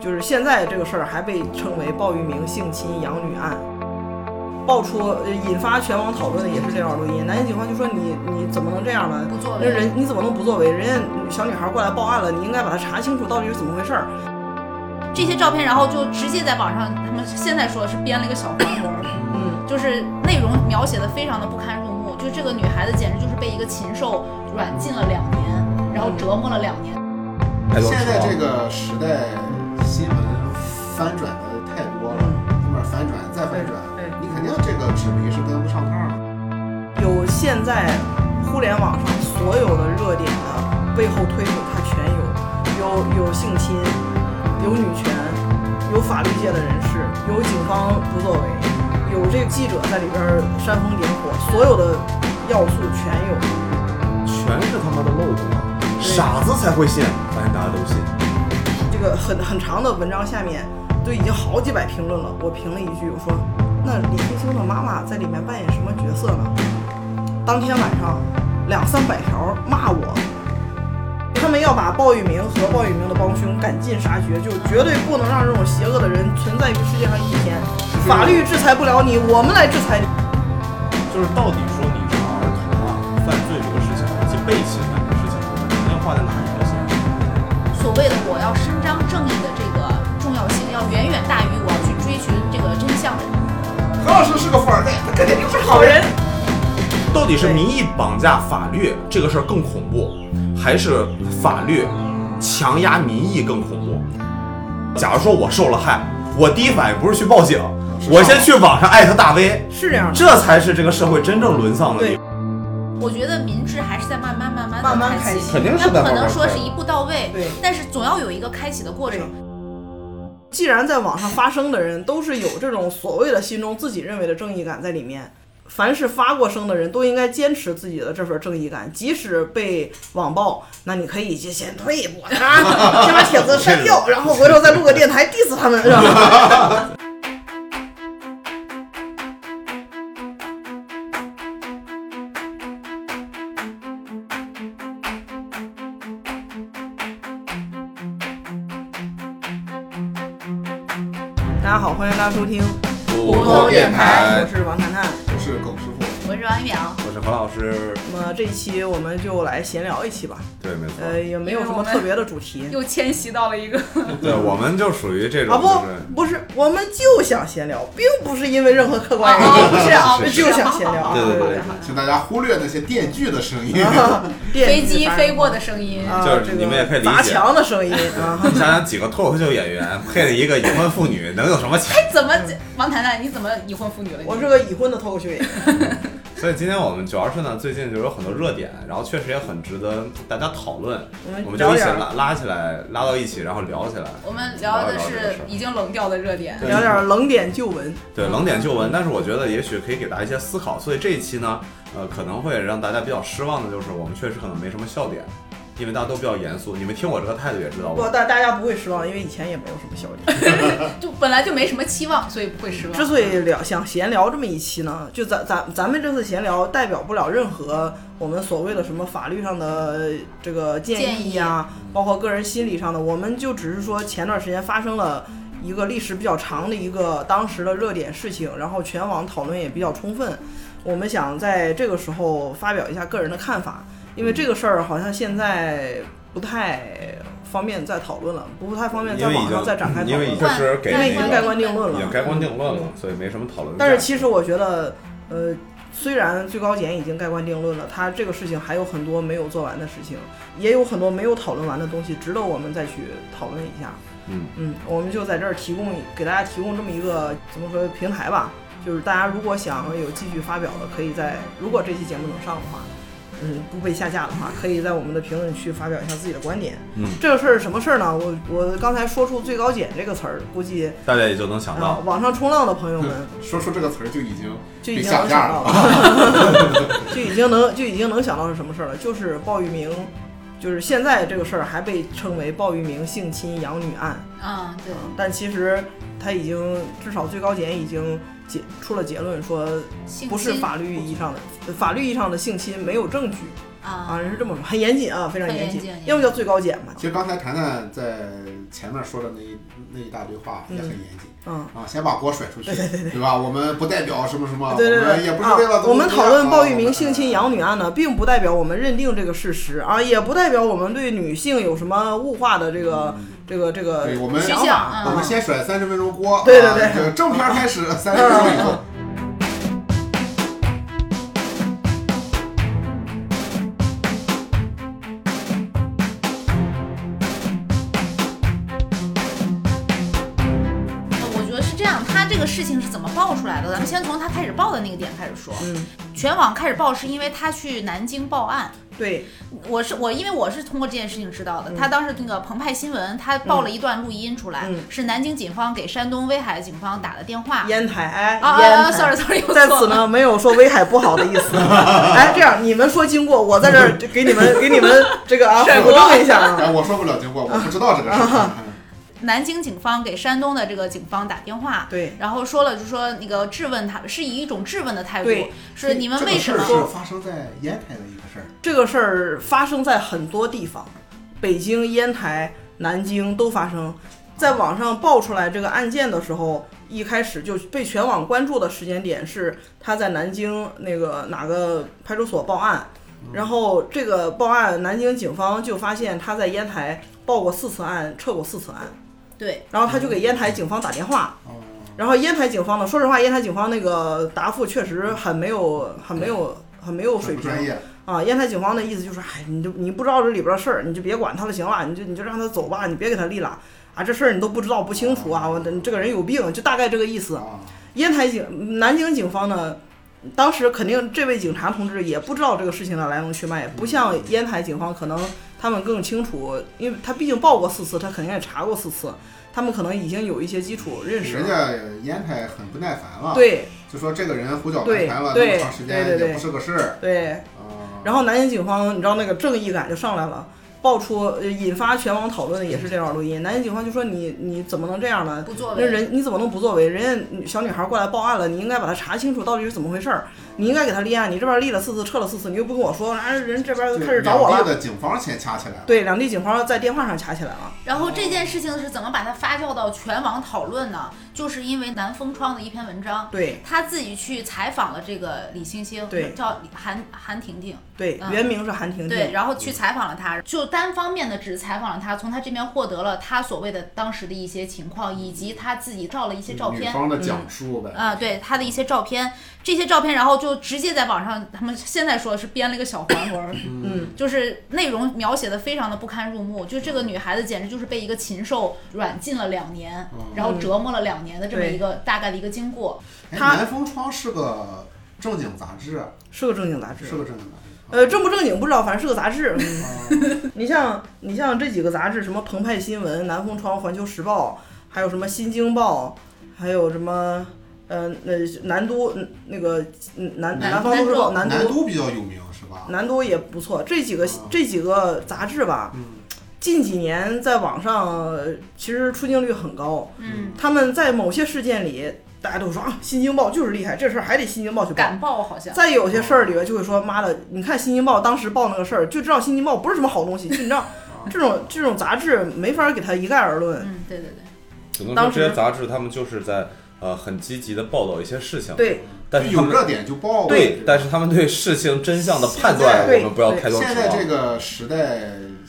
就是现在这个事儿还被称为鲍玉明性侵养女案，爆出呃引发全网讨论的也是这条录音。南京警方就说你你怎么能这样呢？不作那为人你怎么能不作为？人家小女孩过来报案了，你应该把她查清楚到底是怎么回事儿。这些照片，然后就直接在网上，他们现在说是编了一个小黄文儿，嗯，就是内容描写的非常的不堪入目，就这个女孩子简直就是被一个禽兽软禁了两年，然后折磨了两年。太多现在了。这个时代，新闻翻转的太多了，后面反转再反转对对，你肯定这个纸媒是跟不上趟了。有现在互联网上所有的热点的背后推手，他全有，有有性侵，有女权，有法律界的人士，有警方不作为，有这个记者在里边儿煽风点火，所有的要素全有。全是他妈的漏洞啊！傻子才会信，发现大家都信。这个很很长的文章下面都已经好几百评论了，我评了一句，我说那李青青的妈妈在里面扮演什么角色呢？当天晚上两三百条骂我，他们要把鲍玉明和鲍玉明的帮凶赶尽杀绝，就绝对不能让这种邪恶的人存在于世界上一天。法律制裁不了你，我们来制裁你。就是到底说你是儿童啊，犯罪这个事情以及被侵犯这个事情，你要画在哪一条线？所谓的我要伸张正义的这个重要性，要远远大于我要去追寻这个真相的。何老师是个富二代，他肯定是好人，到底是民意绑架法律这个事儿更恐怖，还是法律强压民意更恐怖？假如说我受了害，我第一反应不是去报警，我先去网上艾特大 V，是这样的，这才是这个社会真正沦丧的地方。我觉得民智还是在慢慢慢慢慢慢的开开启启，肯定是它在不可慢慢能说开是一步到位，对但是总要有一个开启的过程对。既然在网上发声的人都是有这种所谓的心中自己认为的正义感在里面，凡是发过声的人都应该坚持自己的这份正义感，即使被网暴，那你可以先先退一步，啊， 先把帖子删掉，然后回头再录个电台 diss 他们，是吧？ 大家好，欢迎大家收听普通电台我是王谈谈。我是耿师傅，我是安远啊，我是何老师，那么这一期我们就来闲聊一期吧，对，没错，呃，也没有什么特别的主题又迁徙到了一个对，我们就属于呃这嗯啊，种，就是不，不是，我们就想闲聊，并不是因为任何客观原哦因，不是啊啊，我们是就想闲聊，对对对对请大家忽略那些电锯 的声音。对， 飞机飞过的声音。啊，就是这个你们也可以理解砸墙的 声音啊，你想想几个脱口秀演员配了一个已婚妇 女，能有什么钱？怎么，王谈谈，你怎么已婚妇女了？嗯我是个已婚的脱口秀演员，所以今天我们主要是呢，最近就有很多热点，然后确实也很值得大家讨论，我我们哎聊就一起点儿拉拉起来，拉到一起，然后聊起来。我们聊的是已经冷掉的热点。对聊点儿冷点旧闻，对，冷点旧闻，但是我觉得也许可以给大家一些思考。所以这一期呢，呃，可能会让大家比较失望的就是，我们确实可能没什么笑点，因为大家都比较严肃。你们听我这个态度也知道，不，我大大家不会失望，因为以前也没有什么笑点。就本来就没什么期望，所以不会失望。之所以聊想闲聊这么一期呢，就咱咱咱们这次闲聊代表不了任何我们所谓的什么法律上的这个建议啊，包括个人心理上的，我们就只是说前段时间发生了一个历史比较长的一个当时的热点事情，然后全网讨论也比较充分，我们想在这个时候发表一下个人的看法，因为这个事儿好像现在不太方便再讨论了，不太方便在因为已网上再展开经讨论因为已了，经是给因为已那经个盖棺定论了，已经盖棺定论了，所以没什么讨论价但值。是其实我觉得，呃，虽然最高检已经盖棺定论了，它这个事情还有很多没有做完的事情，也有很多没有讨论完的东西，值得我们再去讨论一下。嗯嗯，我们就在这儿提供给大家提供这么一个怎么说平台吧，就是大家如果想有继续发表的，可以在如果这期节目能上的话。嗯，不被下架的话，可以在我们的评论区发表一下自己的观点。嗯这个事儿是什么事儿呢？我我刚才说出“最高检”这个词儿，估计大家也就能啊、想到，网上嗯冲浪的朋友们说出这个词儿就已经就已被经能下想架到了。了， 就已经能就已经能想到是什么事儿了，就是鲍玉明，就是现在这个事儿还被称为鲍玉明性侵养女案，啊，对，嗯但其实他已经至少最高检已经结出了结论说性侵不是法律意义上的法律意义上的性侵没有证据，啊，啊，人是这么说，很严谨啊，非常很严严谨谨很，要不叫最高检嘛，其实刚才谈谈在前面说的那一那一大堆话也很严谨。嗯。啊，先把锅甩出去，对吧？我们不代表什么什么，对对我们也不对，是为了啊，怎么我们怎么讨样论啊鲍我玉们明性侵养女案呢，并不代表我们认定这个事实啊，也不代表我们对女性有什么物化的这个这个这个嗯对我们想趋向法啊。我们先甩三十分钟锅，对对啊对这个正片开始三十分钟以后，我觉得是这样，他这个事情是怎么爆出来的？咱们先从他开始爆的那个点开始说。嗯，全网开始爆是因为他去南京报案。对，我是我，因为我是通过这件事情知道的。他当时那个澎湃新闻，他报了一段录音出来，嗯是南京警方给山东威海警方打的电话。烟台，哎，啊烟啊啊台！sorry sorry，又在错此了。呢，没有说威海不好的意 思。哎，这样你们说经过，我在这儿就给你们给你们这个啊甩辅锅正一下啊。 哎，我说不了经过，我不知道这个事儿。 南京警方给山东的这个警方打电话，对，然后说了，就说那个质问他，是以一种质问的态度对，是你们这个为什事儿么？是发生在烟台的一个事儿，这个事儿发生在很多地方，北京、烟台、南京都发生。在网上爆出来这个案件的时候，一开始就被全网关注的时间点是他在南京那个哪个派出所报案，然后这个报案，南京警方就发现他在烟台报过四次案，撤过四次案，对，然后他就给烟台警方打电话，哦，然后烟台警方呢，说实话，烟台警方那个答复确实很没有、很没有、很没有水很不平专业，啊。烟台警方的意思就是，哎，你就你不知道这里边的事儿，你就别管他了，行了，你就你就让他走吧，你别给他立了啊，这事儿你都不知道不清楚啊，我你这个人有病，就大概这个意思。啊，烟台警、南京警方呢，当时肯定这位警察同志也不知道这个事情的来龙去脉，不像烟台警方可能他们更清楚，因为他毕竟报过四次，他肯定也查过四次，他们可能已经有一些基础认识人了。家烟台很不耐烦了，对，就说这个人胡搅蛮对缠了那对么长时对对间对也不是个事儿对，啊。然后南京警方，你知道那个正义感就上来了，爆出呃引发全网讨论的也是这段录音。南京警方就说你你怎么能这样呢？不作那为。人你怎么能不作为？人家小女孩过来报案了，你应该把她查清楚到底是怎么回事儿，你应该给她立案。你这边立了四次，撤了四次，你又不跟我说，啊，人这边对开始找我两地了。的警方先掐起来了，对，两地警方在电话上掐起来了。然后这件事情是怎么把它发酵到全网讨论呢？就是因为南风窗的一篇文章，对他自己去采访了这个李星星，对叫李韩韩婷婷，对，嗯原名是韩婷对，婷。然后去采访了他，就单方面的只采访了他，从他这边获得了他所谓的当时的一些情况，以及他自己照了一些照女片。方的嗯讲述呗，啊、对他的一些照片，这些照片，然后就直接在网上，他们现在说是编了一个小黄文儿， 嗯，就是内容描写的非常的不堪入目，就这个女孩子简直就是被一个禽兽软禁了两年，然后折磨了两年的这么一个大概的一个经过。哎，他南风窗是个正经杂志，啊是个正经杂志。是个正经杂志。呃，正不正经不知道，反正是个杂志。嗯啊，你像你像这几个杂志，什么《澎湃新闻》《南风窗》《环球时报》，还有什么《新京报》，还有什么呃呃南都嗯那个嗯南南南方都市报南南都都比较有名是吧？南都也不错，这几个啊这几个杂志吧，嗯，近几年在网上呃其实出镜率很高，嗯，他们在某些事件里，大家都说啊，《新京报》就是厉害，这事儿还得《新京报》去报。敢报好像，在有些事儿里边就会说，妈的，你看《新京报》当时报那个事儿，就知道《新京报》不是什么好东西，就你知道嗯这种这种杂志没法给他一概而论。嗯，对对对，只能当说时这些杂志他们就是在呃很积极的报道一些事情，，对但是他有们热点就报呗对，但是他们对事情真相的判断，现在我们不要对开刀现指在望这。个时代，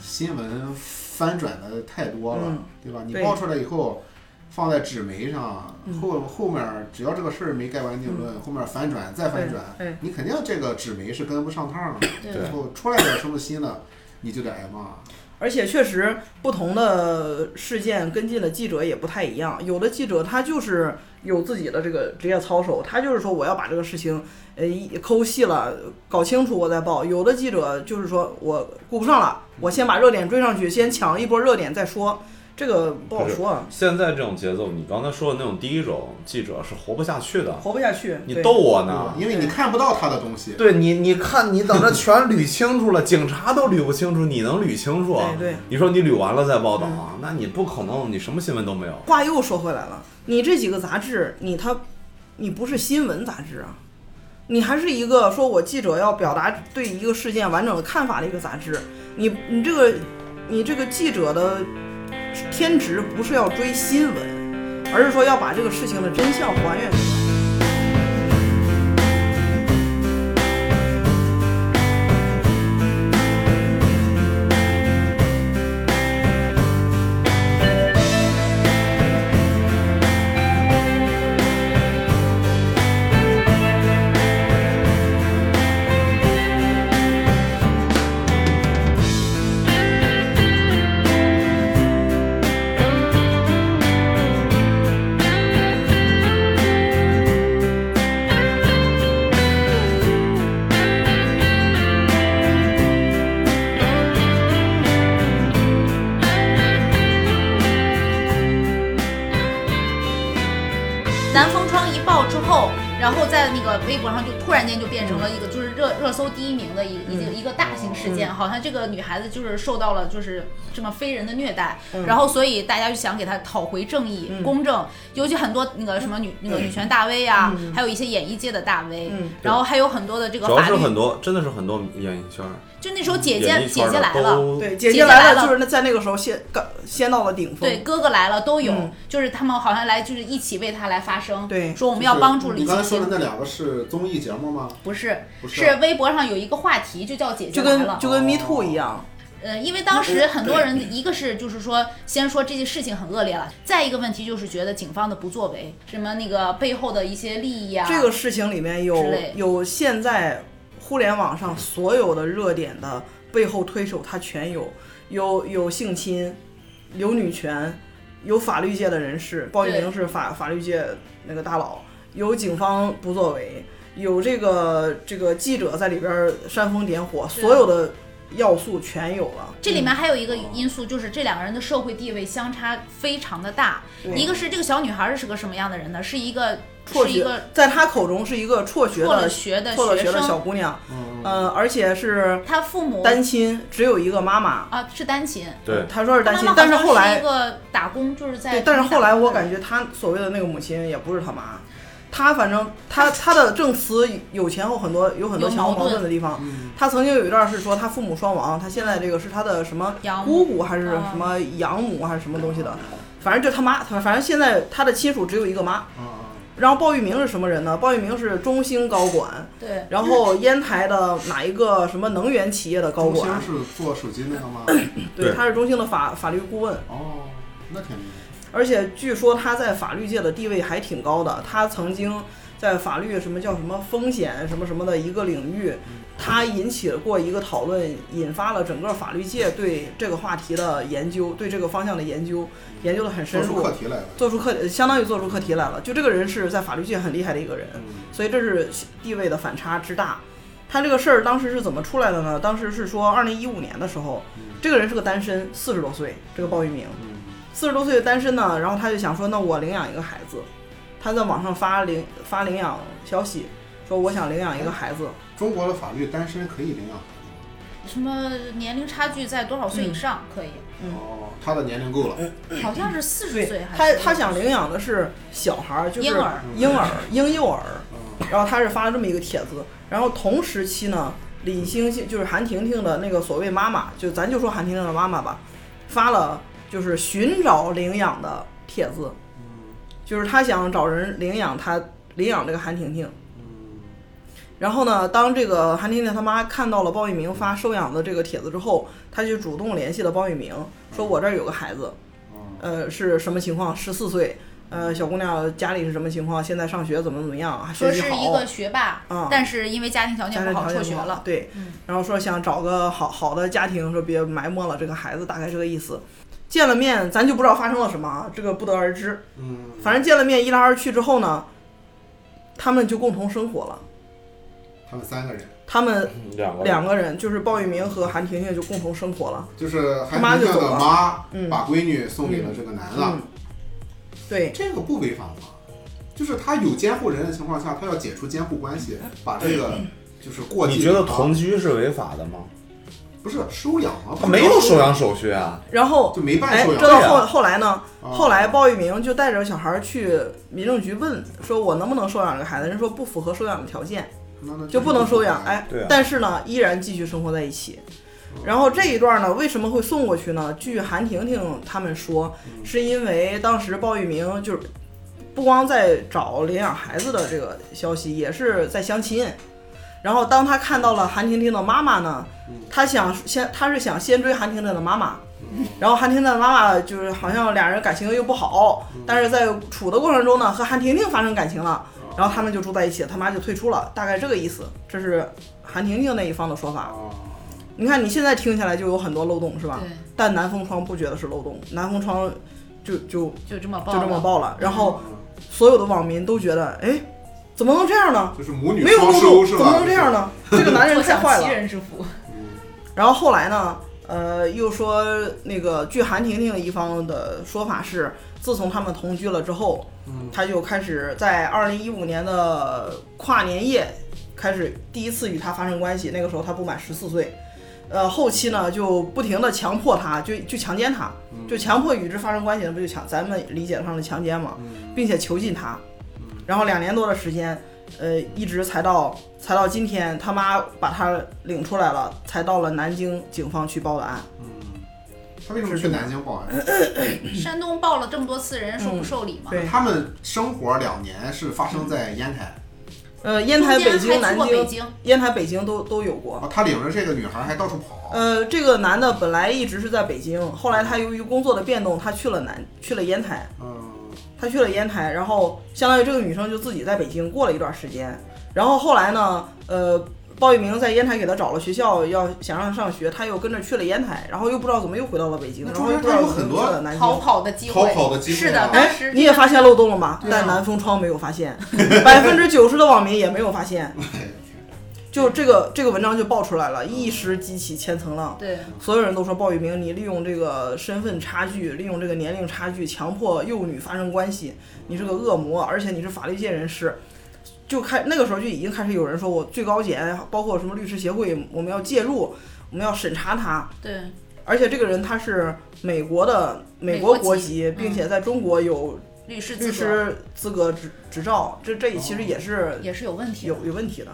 新闻翻转的太多了，嗯对吧？你对嗯爆出来以后，放在纸媒上，后后面儿只要这个事儿没盖完定论，后面儿反转再反转，对对你肯定这个纸媒是跟不上趟儿的。对然后出来点什么新的，你就得挨骂。而且确实不同的事件跟进的记者也不太一样，有的记者他就是有自己的这个职业操守，他就是说我要把这个事情呃一抠细了，搞清楚我再报；有的记者就是说我顾不上了，我先把热点追上去，先抢一波热点再说，这个不好说啊，现在这种节奏，你刚才说的那种第一种记者是活不下去的，活不下去。你对逗我呢？因为你看不到他的东西。对你，你看，你等着全捋清楚了，警察都捋不清楚，你能捋清楚？啊对嗯对你说你捋完了再报道啊？那你不可能，你什么新闻都没有。话又说回来了，你这几个杂志，你它，你不是新闻杂志啊，你还是一个说我记者要表达对一个事件完整的看法的一个杂志，你你这个你这个记者的天职不是要追新闻，而是说要把这个事情的真相还原出来。南风窗一爆之后，然后在那个微博上就突然间就变成了一个就是热热搜第一名的一个一个一个大型事嗯件，好像这个女孩子就是受到了就是这么非人的虐待，嗯然后所以大家就想给她讨回正义、公正，尤其很多那个什么女那个女权大 V 啊，还有一些演艺界的大 V，嗯然后还有很多的这个主要法是律，很多，真的是很多演艺圈儿、就那时候姐演姐艺姐圈姐的来了。都对，姐嗯姐姐来来了就是那在那个时候先刚先到了顶峰。对，哥哥来了都有，嗯就是他们好像来就是一起为她来发声，对说我们要帮助你李刚才清说的清，那两个是综艺节目吗？不是不是是啊微博上有一个话题就叫姐姐就来跟了，哦就跟 Me Too 一样，呃，因为当时很多人，一个是就是说，先说这件事情很恶劣了，再一个问题就是觉得警方的不作为，什么那个背后的一些利益啊，这个事情里面有之类有现在互联网上所有的热点的背后推手，他全有，有有性侵，有女权，有法律界的人士，鲍玉对明是法法律界那个大佬，有警方不作为，有这个这个记者在里边儿煽风点火，所有的要素全有了。这里面还有一个因素，就是这两个人的社会地位相差非常的大。对一个是这个小女孩是个什么样的人呢？是一个辍是一学个，在他口中是一个辍学辍了的学的辍了学学的生，小姑娘，嗯，呃，而且是她父母单亲，只有一个妈妈。啊是单亲，对，他说是她单妈亲妈，但是好像后是一来，个打工，就是在对，但是后来我感觉觉他所谓的那个母亲也不是他妈，他反正他他的证词有前后很多有很多有前后矛矛盾盾的地方。嗯他曾经有一段是说他父母双亡，他现在这个是他的什么养姑姑还是啊什么养母还是什么东西啊的，反正就他妈，他反正现在他的亲属只有一个妈。啊啊，然后鲍玉明是什么人呢？鲍玉明是中兴高管，对，然后烟台的哪一个什么能源企业的高中管兴，是做手机那个 吗？对，对他是中兴的法法律顾问。哦，那肯定。而且据说他在法律界的地位还挺高的，他曾经在法律什么叫什么风险什么什么的一个领域，他引起过一个讨论，引发了整个法律界对这个话题的研究，对这个方向的研究，研究的很深做出入课，题来了。做出课相当于做出课题来了。就这个人是在法律界很厉害的一个人，嗯所以这是地位的反差之大。他这个事儿当时是怎么出来的呢？当时是说，二零一五年的时候，这个人是个单身，四十多岁，这个鲍玉明。嗯四十多岁的单身呢，然后他就想说，那我领养一个孩子。他在网上发领发领养消息，说我想领养一个孩子。中国的法律单身可以领养孩子吗什么年龄差距在多少岁以上可以？嗯哦，他的年龄够了。好像是四十岁对还他是，他想领养的是小孩儿，就是婴儿，婴儿、婴幼儿。嗯然后他是发了这么一个帖子。然后同时期呢，李星星就是韩婷婷的那个所谓妈妈，就咱就说韩婷婷的妈妈吧，发了就是寻找领养的帖子，就是他想找人领养他领养这个韩婷婷。嗯然后呢，当这个韩婷婷她妈看到了包玉明发收养的这个帖子之后，她就主动联系了包玉明，说我这儿有个孩子，嗯呃，是什么情况？十四岁，呃，小姑娘家里是什么情况？现在上学怎么怎么样？还说学习是一好个。学霸，嗯但是因为家庭条件家不庭好条件辍不学好了。对，嗯然后说想找个好好的家庭，说别埋没了这个孩子，大概这个意思。见了面，咱就不知道发生了什么啊，这个不得而知。嗯，反正见了面，一来二去之后呢，他们就共同生活了。他们三个人，他们两个两个人，就是鲍玉明和韩婷婷就共同生活了。就是他妈韩就婷婷走的了妈嗯把闺女送给了这个男的嗯，对，这个不违法吗？就是他有监护人的情况下，他要解除监护关系，把这个就是过继你觉得给他同居是违法的吗？不是收养吗？他没有收养手续啊，然后就没办哎，收这到养。对后啊后来呢？啊后来鲍玉明就带着小孩去民政局问，说我能不能收养这个孩子？人说不符合收养的条件。那那就不能收养，哎，对啊但是呢，依然继续生活在一起。然后这一段呢，为什么会送过去呢？据韩婷婷他们说，嗯是因为当时鲍玉明就是不光在找领养孩子的这个消息，也是在相亲。然后当他看到了韩婷婷的妈妈呢，嗯他想先他是想先追韩婷婷的妈妈，然后韩婷婷的妈妈就是好像俩人感情又不好，但是在处的过程中呢，和韩婷婷发生感情嗯了，然后他们就住在一起，他妈就退出了，大概这个意思。这是韩婷婷那一方的说法。啊你看你现在听起来就有很多漏洞是吧？对，但南风窗不觉得是漏洞，南风窗就就就这么报就了，这么报了，然后嗯所有的网民都觉得，哎，怎么能这样呢？就是母女没有双漏收洞，是怎么吧？嗯能这样呢？这个男人坐太享 坏了其。人之福，然后后来呢，呃，又说那个据韩婷婷一方的说法是，自从他们同居了之后，嗯他就开始在二零一五年的跨年夜开始第一次与她发生关系，那个时候她不满十四岁。呃，后期呢就不停的强迫她，就就强奸她，就强迫与之发生关系，那不就强咱们理解上的强奸嘛，并且囚禁她，然后两年多的时间，呃，一直才到才到今天，他妈把他领出来了，才到了南京警方去报的案。他为什么去南京报啊嗯案？ 山东报了这么多次，人家说不受理嗯嘛，对他们生活两年是发生在烟台，呃，烟台、中间北京、还去南过北京、京，烟台、北京都都有过。啊，他领着这个女孩还到处跑，呃，这个男的本来一直是在北京，后来他由于工作的变动，他去了南，去了烟台，嗯，他去了烟台，然后相当于这个女生就自己在北京过了一段时间。然后后来呢，呃，鲍玉明在烟台给他找了学校，要想让他上学，他又跟着去了烟台，然后又不知道怎么又回到了北京，那然中后又间不知道他有怎么很又多去了南京逃。跑的机逃会，跑的机会是的啊，当哎时，你也发现漏洞了吧？对啊但南风窗没有发 现，百分之九十的网民也没有发哎现。就这个这个文章就爆出来了，一石激起千层浪。对，所有人都说鲍玉明，你利用这个身份差距，利用这个年龄差距，强迫幼女发生关系，你是个恶魔，而且你是法律界人士。就开那个时候就已经开始有人说，我最高检包括什么律师协会，我们要介入，我们要审查他。对，而且这个人他是美国的美国美国国籍籍，嗯并且在中国有律师律资格师资格执执照，这这其实也是也是有问题的有，有问题的。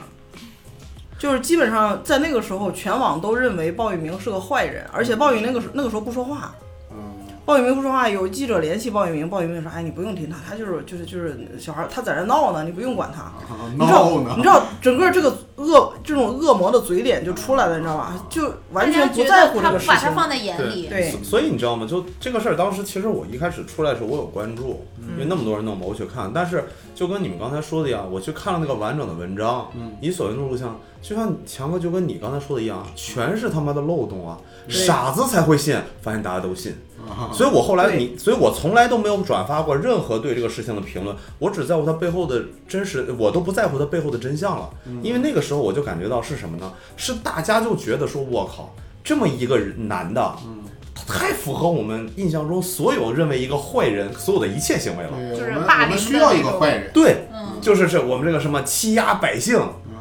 就是基本上在那个时候，全网都认为鲍玉明是个坏人，而且鲍玉那个时那个时候不说话，嗯，鲍玉明不说话，有记者联系鲍玉明，鲍玉明说：“哎，你不用听他，他就是就是就是小孩儿，他在这闹呢，你不用管他。”你知道闹，啊呢你，知道整个这个恶这种恶魔的嘴脸就出来了，你知道吧？就完全不在乎这个大家觉得事他不把情他。放在眼里，对，所所以你知道吗？就这个事儿，当时其实我一开始出来的时候，我有关注，因为那么多人弄嘛，我去看。但是就跟你们刚才说的一样，我去看了那个完整的文章，嗯你所谓的录像，就像强哥就跟你刚才说的一样，全是他妈的漏洞啊，傻子才会信，发现大家都信。啊所以我后来对你，所以我从来都没有转发过任何对这个事情的评论，我只在乎它背后的真实，我都不在乎它背后的真相了，嗯因为那个时候我就感觉到是什么呢？是大家就觉得说，我靠，这么一个人男的，嗯他太符合我们印象中所有认为一个坏人所有的一切行为了。嗯对就是我们霸嗯我凌的们需要一那个种坏人，对，嗯，就是这我们这个什么欺压百姓，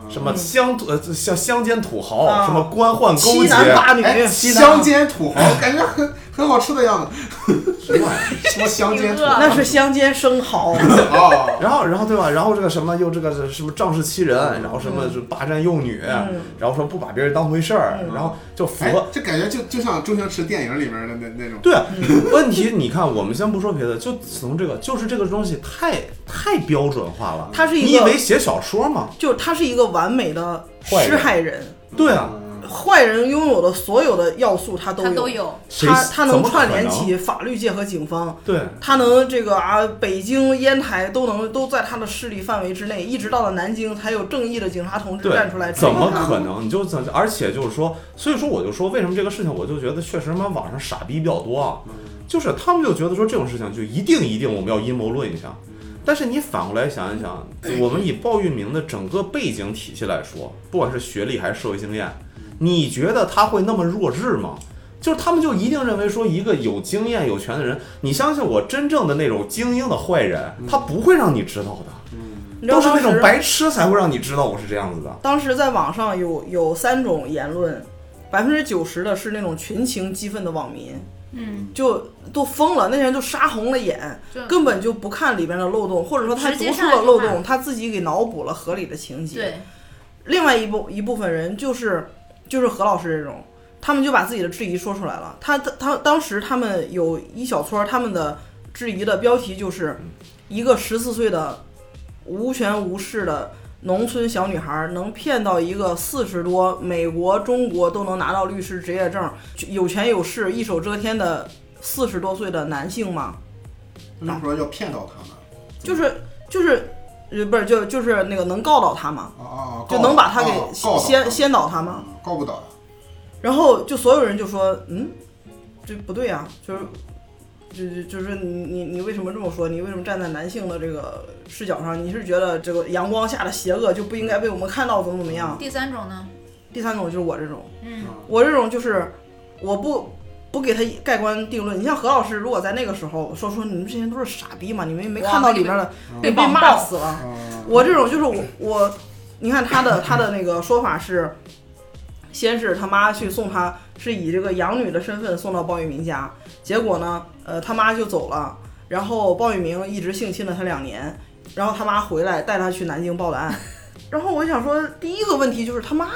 什么乡土呃像乡间土豪，嗯啊什么官宦勾欺男结，霸女，哎，欺男乡间土豪，嗯感觉很很好吃的样子，什么玩意儿？什么乡间土豪？那是乡间生蚝。 哦，然后，然后对吧？然后这个什么又这个什么仗势欺人，然后什么是霸占幼女，嗯然后说不把别人当回事儿，然后就符哎合。，这感觉就就像周星驰电影里面的那那种，对，嗯问题你看，我们先不说别的，就从这个，就是这个东西太太标准化了。它是一你以个为写小说吗？就他是一个完美的施害人，对啊，嗯坏人拥有的所有的要素他都他都有，有，谁他他怎能么串可联能起法律界和警方，对他能这个啊北京、烟台都能都在他的势力范围之内，一直到了南京才有正义的警察同志站出来对，追怎么他。可能？你就怎？而且就是说，所以说我就说，为什么这个事情，我就觉得确实他妈网上傻逼比较多啊，就是他们就觉得说这种事情就一定一定我们要阴谋论一下。但是你反过来想一想，我们以鲍玉明的整个背景体系来说，不管是学历还是社会经验，你觉得他会那么弱智吗？就是他们就一定认为说一个有经验有权的人，你相信我，真正的那种精英的坏人，他不会让你知道的，你知道都是那当种时白痴才会让你知道我是这样子的。当时在网上有有三种言论，百分之九十的是那种群情激愤的网民，嗯，就都疯了，那些人就杀红了眼就，根本就不看里边的漏洞，或者说他嗯直接读出上来了就漏骂洞，他自己给脑补了合理的情节。对，另外一部一部分人就是就是何老师这种，他们就把自己的质疑说出来了。他他他当时他们有一小撮儿他们的质疑的标题就是一个十四岁的无权无势的农村小女孩儿能骗到一个四十多美国、中国都能拿到律师执业证、有权有势、一手遮天的四十多岁的男性吗？为什么说要骗到他们？就是就是，呃，不是就就是那个能告到他吗？啊啊啊！就告能把他给啊告先倒先倒他吗？告不倒，然后就所有人就说，嗯，这不对啊，就是。就就就是你你你为什么这么说？你为什么站在男性的这个视角上？你是觉得这个阳光下的邪恶就不应该被我们看到，怎么怎么样？第三种呢？第三种就是我这种，嗯，我这种就是我不不给他盖棺定论。你像何老师，如果在那个时候说出你们这些人都是傻逼嘛，你们没哇看到里那面的，被被网骂暴死了。啊，我这种就是我我，你看他的他的那个说法是，先是他妈去送他，是以这个养女的身份送到鲍玉明家，结果呢，呃，他妈就走了，然后鲍玉明一直性侵了他两年，然后他妈回来带他去南京报的案，然后我想说，第一个问题就是他妈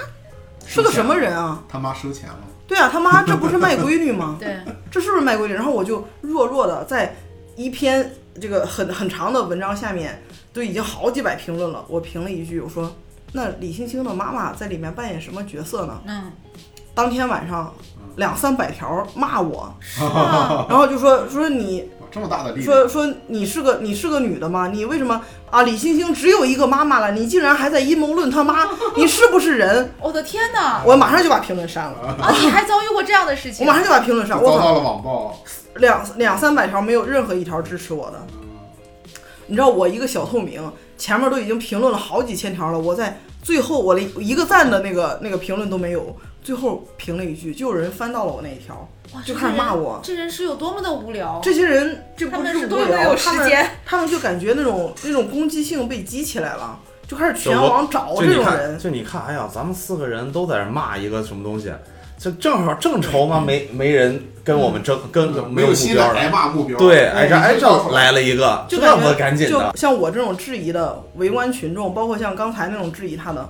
是个什么人啊？他妈收钱了，对啊，他妈这不是卖闺女吗？对，这是不是卖规矩？然后我就弱弱的在一篇这个很很长的文章下面，都已经好几百评论了。我评了一句，我说：“那李星星的妈妈在里面扮演什么角色呢 嗯，？”当天晚上两三百条骂我，是啊，然后就说说你哇这么大的力量，说说你是个你是个女的吗？你为什么啊？李星星只有一个妈妈了，你竟然还在阴谋论他 妈，你是不是人？我的天哪！我马上就把评论删了，啊，你还遭遇过这样的事我情？马上就把评论删了。我遭 靠，到了网暴，两两三百条没有任何一条支持我的。嗯你知道我一个小透明，前面都已经评论了好几千条了，我在最后我连一个赞的那个那个评论都没有，最后评了一句，就有人翻到了我那一条，哇就开始骂。我。这人这人是有多么的无聊？这些人这他不们是多无么的聊，有他时们间？他们就感觉那种那种攻击性被激起来了，就开始全我网找就哦这你种看，人。就你看，哎呀，咱们四个人都在这骂一个什么东西，这正好正愁嘛，没没人跟我们争，跟嗯没有目新的嗯标了挨。骂目标，对，哎这哎这来，来了一个，就这感么觉赶紧的就，像我这种质疑的围观群众，包括像刚才那种质疑他的，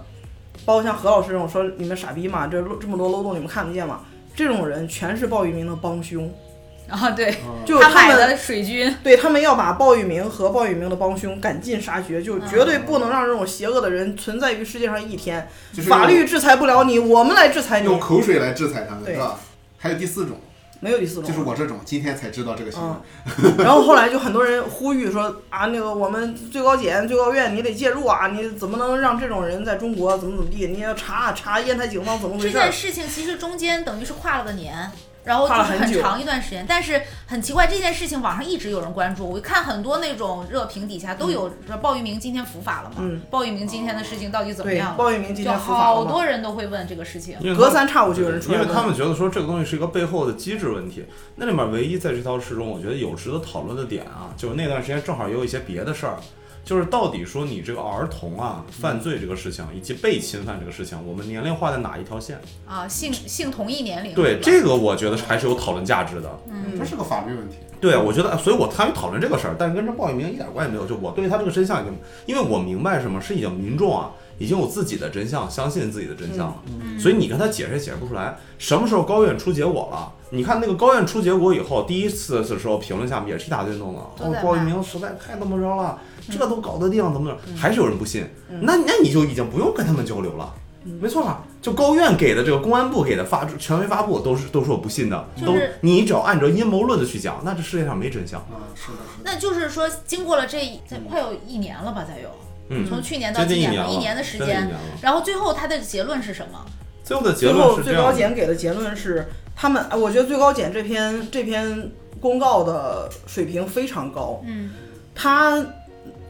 包括像何老师这种说你们傻逼嘛，这这么多漏洞你们看不见嘛，这种人全是鲍玉明的帮凶，啊，对，嗯就是买们的水军，对他们要把鲍玉明和鲍玉明的帮凶赶尽杀绝，嗯就绝对不能让这种邪恶的人存在于世界上一天。就是法律制裁不了你，我们来制裁你用。口水来制裁他们，对是吧？还有第四种，没有第四种，就是我这种今天才知道这个新闻嗯，然后后来就很多人呼吁说啊，那个我们最高检、最高院你得介入啊，你怎么能让这种人在中国怎么怎么地？你要查啊查烟台警方怎么回这事？件事情其实中间等于是跨了个年，然后就跨是了很很久长一段时间。但是很奇怪，这件事情网上一直有人关注，我看很多那种热评底下都有说鲍玉明今天伏法了嘛，嗯鲍玉明今天的事情到底怎么对样，了？鲍玉明今就天伏法好了吗？多人都会问这个事情。因为他隔们三差五就有人出因来为他问。们觉得说这个东西是一个背后的机制问题。那里面唯一在这套事中，我觉得有值得讨论的点啊，就是那段时间正好也有一些别的事儿，就是到底说你这个儿童啊犯罪这个事情，以及被侵犯这个事情，我们年龄划在哪一条线？嗯啊，性性同一年龄。对，这个我觉得是还是有讨论价值的。这是个法律问题。对，啊我觉得，所以我参与讨论这个事儿，但是跟这鲍玉明一点关系没有。就我对他这个真相已经，因为我明白什么是已经民众啊，已经有自己的真相，相信自己的真相了。嗯所以你跟他解释也解释不出来。什么时候高院出结果了？你看那个高院出结果以后，第一次的时候评论下面也是一大堆弄的，都在，哦骂鲍玉明实在太他妈着了，这都搞得定，怎么怎么，嗯还是有人不信。嗯那那你就已经不用跟他们交流了。嗯没错吧？就高院给的这个公安部给的发权威发布都是都是我不信的，就是都你只要按照阴谋论的去讲，那这世界上没真相。嗯，是的，是的。那就是说，经过了这一这快有一年了吧，再有，嗯从去年到接今近一年年吧，了，一年的时真的一间。年了。然后最后他的结论是什么？最后的结最论后是这最高样的，检给的结论是，他们哎我觉得最高检这篇这篇公告的水平非常高。嗯他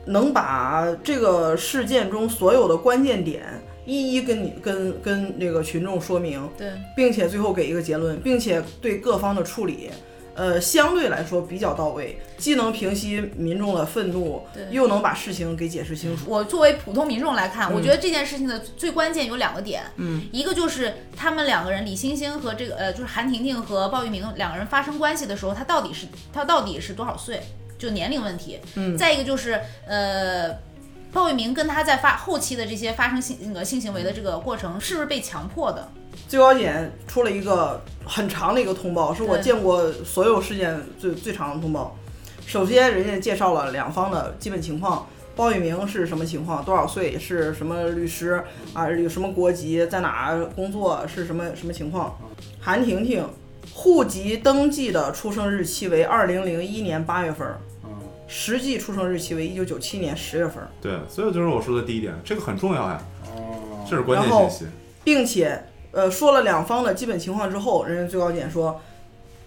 能把这个事件中所有的关键点一一跟你跟跟那个群众说明，对，并且最后给一个结论，并且对各方的处理，呃，相对来说比较到位，既能平息民众的愤怒对，又能把事情给解释清楚。我作为普通民众来嗯看，我觉得这件事情的最关键有两个点，嗯，一个就是他们两个人李星星和这个呃，就是韩婷婷和鲍玉明两个人发生关系的时候，他到底是他到底是多少岁，就年龄问题。嗯再一个就是呃，鲍玉明跟他在发后期的这些发生性那个性行为的这个过程，是不是被强迫的？最高检出了一个很长的一个通报，是我对见过所有事件最最长的通报。首先，人家介绍了两方的基本情况，包玉明是什么情况，多少岁，是什么律师啊，有什么国籍，在哪儿工作，是什么什么情况。韩婷婷户籍登记的出生日期为二零零一年八月份儿，嗯，实际出生日期为一九九七年十月份儿。对，所以就是我说的第一点，这个很重要呀，哦，这是关键信息。并且呃说了两方的基本情况之后，人家最高检说，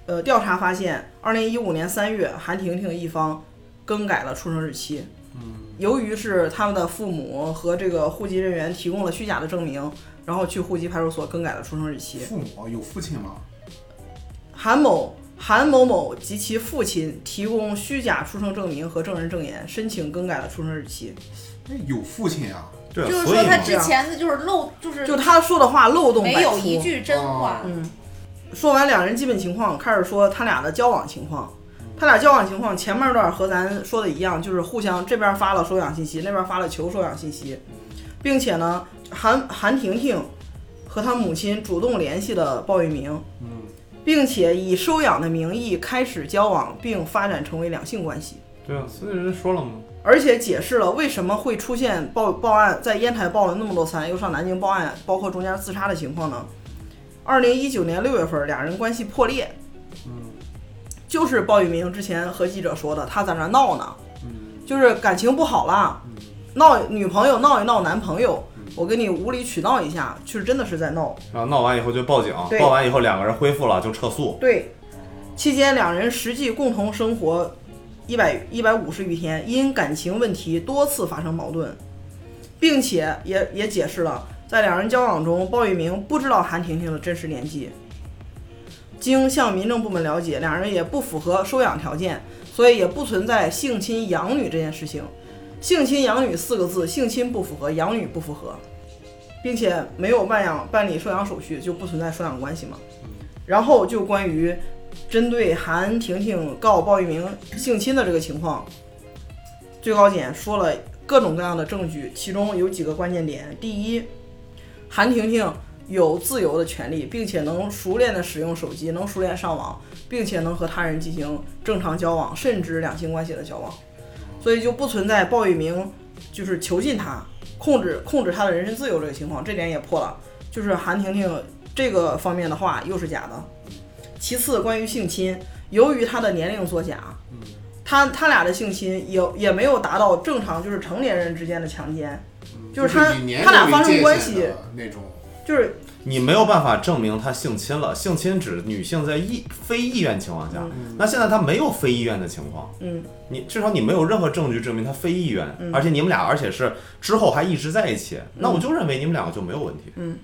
呃，调查发现，二零一五年三月，韩婷婷一方更改了出生日期。嗯，由于是他们的父母和这个户籍人员提供了虚假的证明，然后去户籍派出所更改了出生日期。父母哦有父亲吗？韩某、韩某某及其父亲提供虚假出生证明和证人证言，申请更改了出生日期。那有父亲啊，对，就是所以说他嘛，之前的就是漏，就是就他说的话漏洞百出，没有一句真哦哦话。嗯，说完两人基本情况，开始说他俩的交往情况。他俩交往情况前半段和咱说的一样，就是互相这边发了收养信息，那边发了求收养信息，并且呢，韩韩婷婷和她母亲主动联系了鲍玉明，嗯，并且以收养的名义开始交往，并发展成为两性关系，对啊，所以人家说了嘛，而且解释了为什么会出现报报案在烟台报了那么多餐，又上南京报案，包括中间自杀的情况呢。二零一九年六月份，俩人关系破裂，嗯就是鲍玉明之前和记者说的，他在那闹呢，嗯就是感情不好啦，嗯闹女朋友闹一闹男朋友嗯，我跟你无理取闹一下，就是真的是在闹。然后闹完以后就报警，对报完以后两个人恢复了就撤诉，对，期间两人实际共同生活一百一百五十余天，因感情问题多次发生矛盾，并且也也解释了，在两人交往中，鲍玉明不知道韩婷婷的真实年纪。经向民政部门了解，两人也不符合收养条件，所以也不存在性侵养女这件事情。性侵养女四个字，性侵不符合，养女不符合，并且没有办养办理收养手续，就不存在收养关系嘛。然后就关于针对韩婷婷告鲍玉明性侵的这个情况，最高检说了各种各样的证据，其中有几个关键点：第一，韩婷婷有自由的权利，并且能熟练的使用手机，能熟练上网，并且能和他人进行正常交往，甚至两性关系的交往，所以就不存在鲍玉明就是囚禁她、控制控制她的人身自由这个情况，这点也破了。就是韩婷婷这个方面的话又是假的。其次，关于性侵，由于她的年龄作假，他他俩的性侵也也没有达到正常，就是成年人之间的强奸，嗯，就是是他以年他俩龄为发生界关限系的那种，就是你没有办法证明他性侵了，性侵指女性在意非意愿情况下，嗯那现在他没有非意愿的情况，嗯，你至少你没有任何证据证明他非意愿，嗯而且你们俩而且是之后还一直在一起，那我就认为你们两个就没有问题。嗯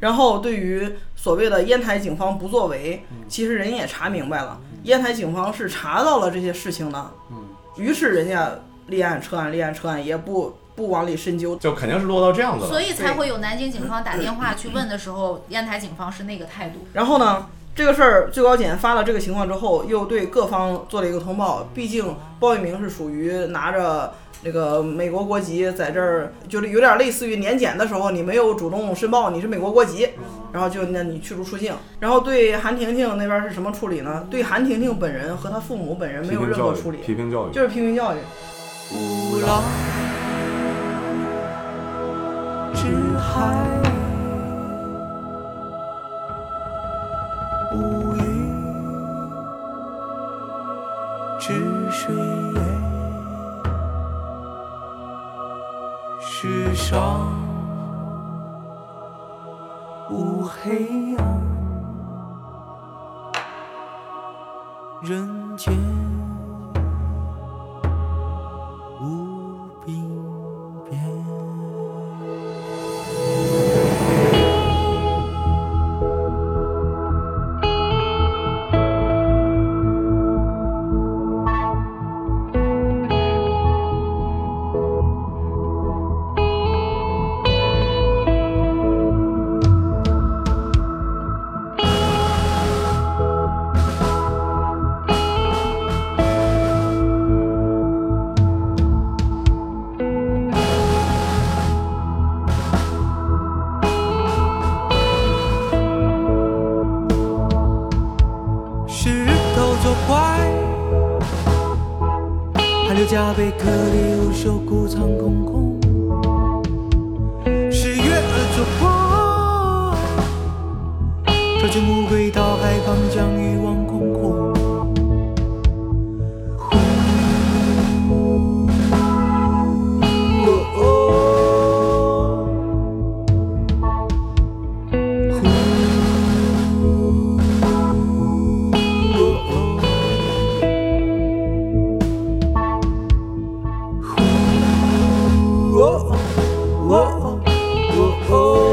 然后对于所谓的烟台警方不作为，其实人家也查明白了，烟台警方是查到了这些事情的，嗯于是人家立案撤案立案撤案，也不不往里深究。就肯定是落到这样子了所。以才会有南京警方打电话去问的时候，烟台警方是那个态度。然后呢，这个事儿最高检发了这个情况之后，又对各方做了一个通报。毕竟鲍玉明是属于拿着那个美国国籍，在这儿就是有点类似于年检的时候，你没有主动申报你是美国国籍，然后就那你驱逐出境。然后对韩婷婷那边是什么处理呢？对韩婷婷本人和她父母本人没有任何处理，评教育就是批评教育。古老，之海，无鱼，之水也，世上无黑暗，人间。无鬓边。 《刘家贝壳里无数谷仓空空，是月儿作伴。朝君暮归到海旁，将欲望空空。呼哦哦呼哦哦哦哦哦哦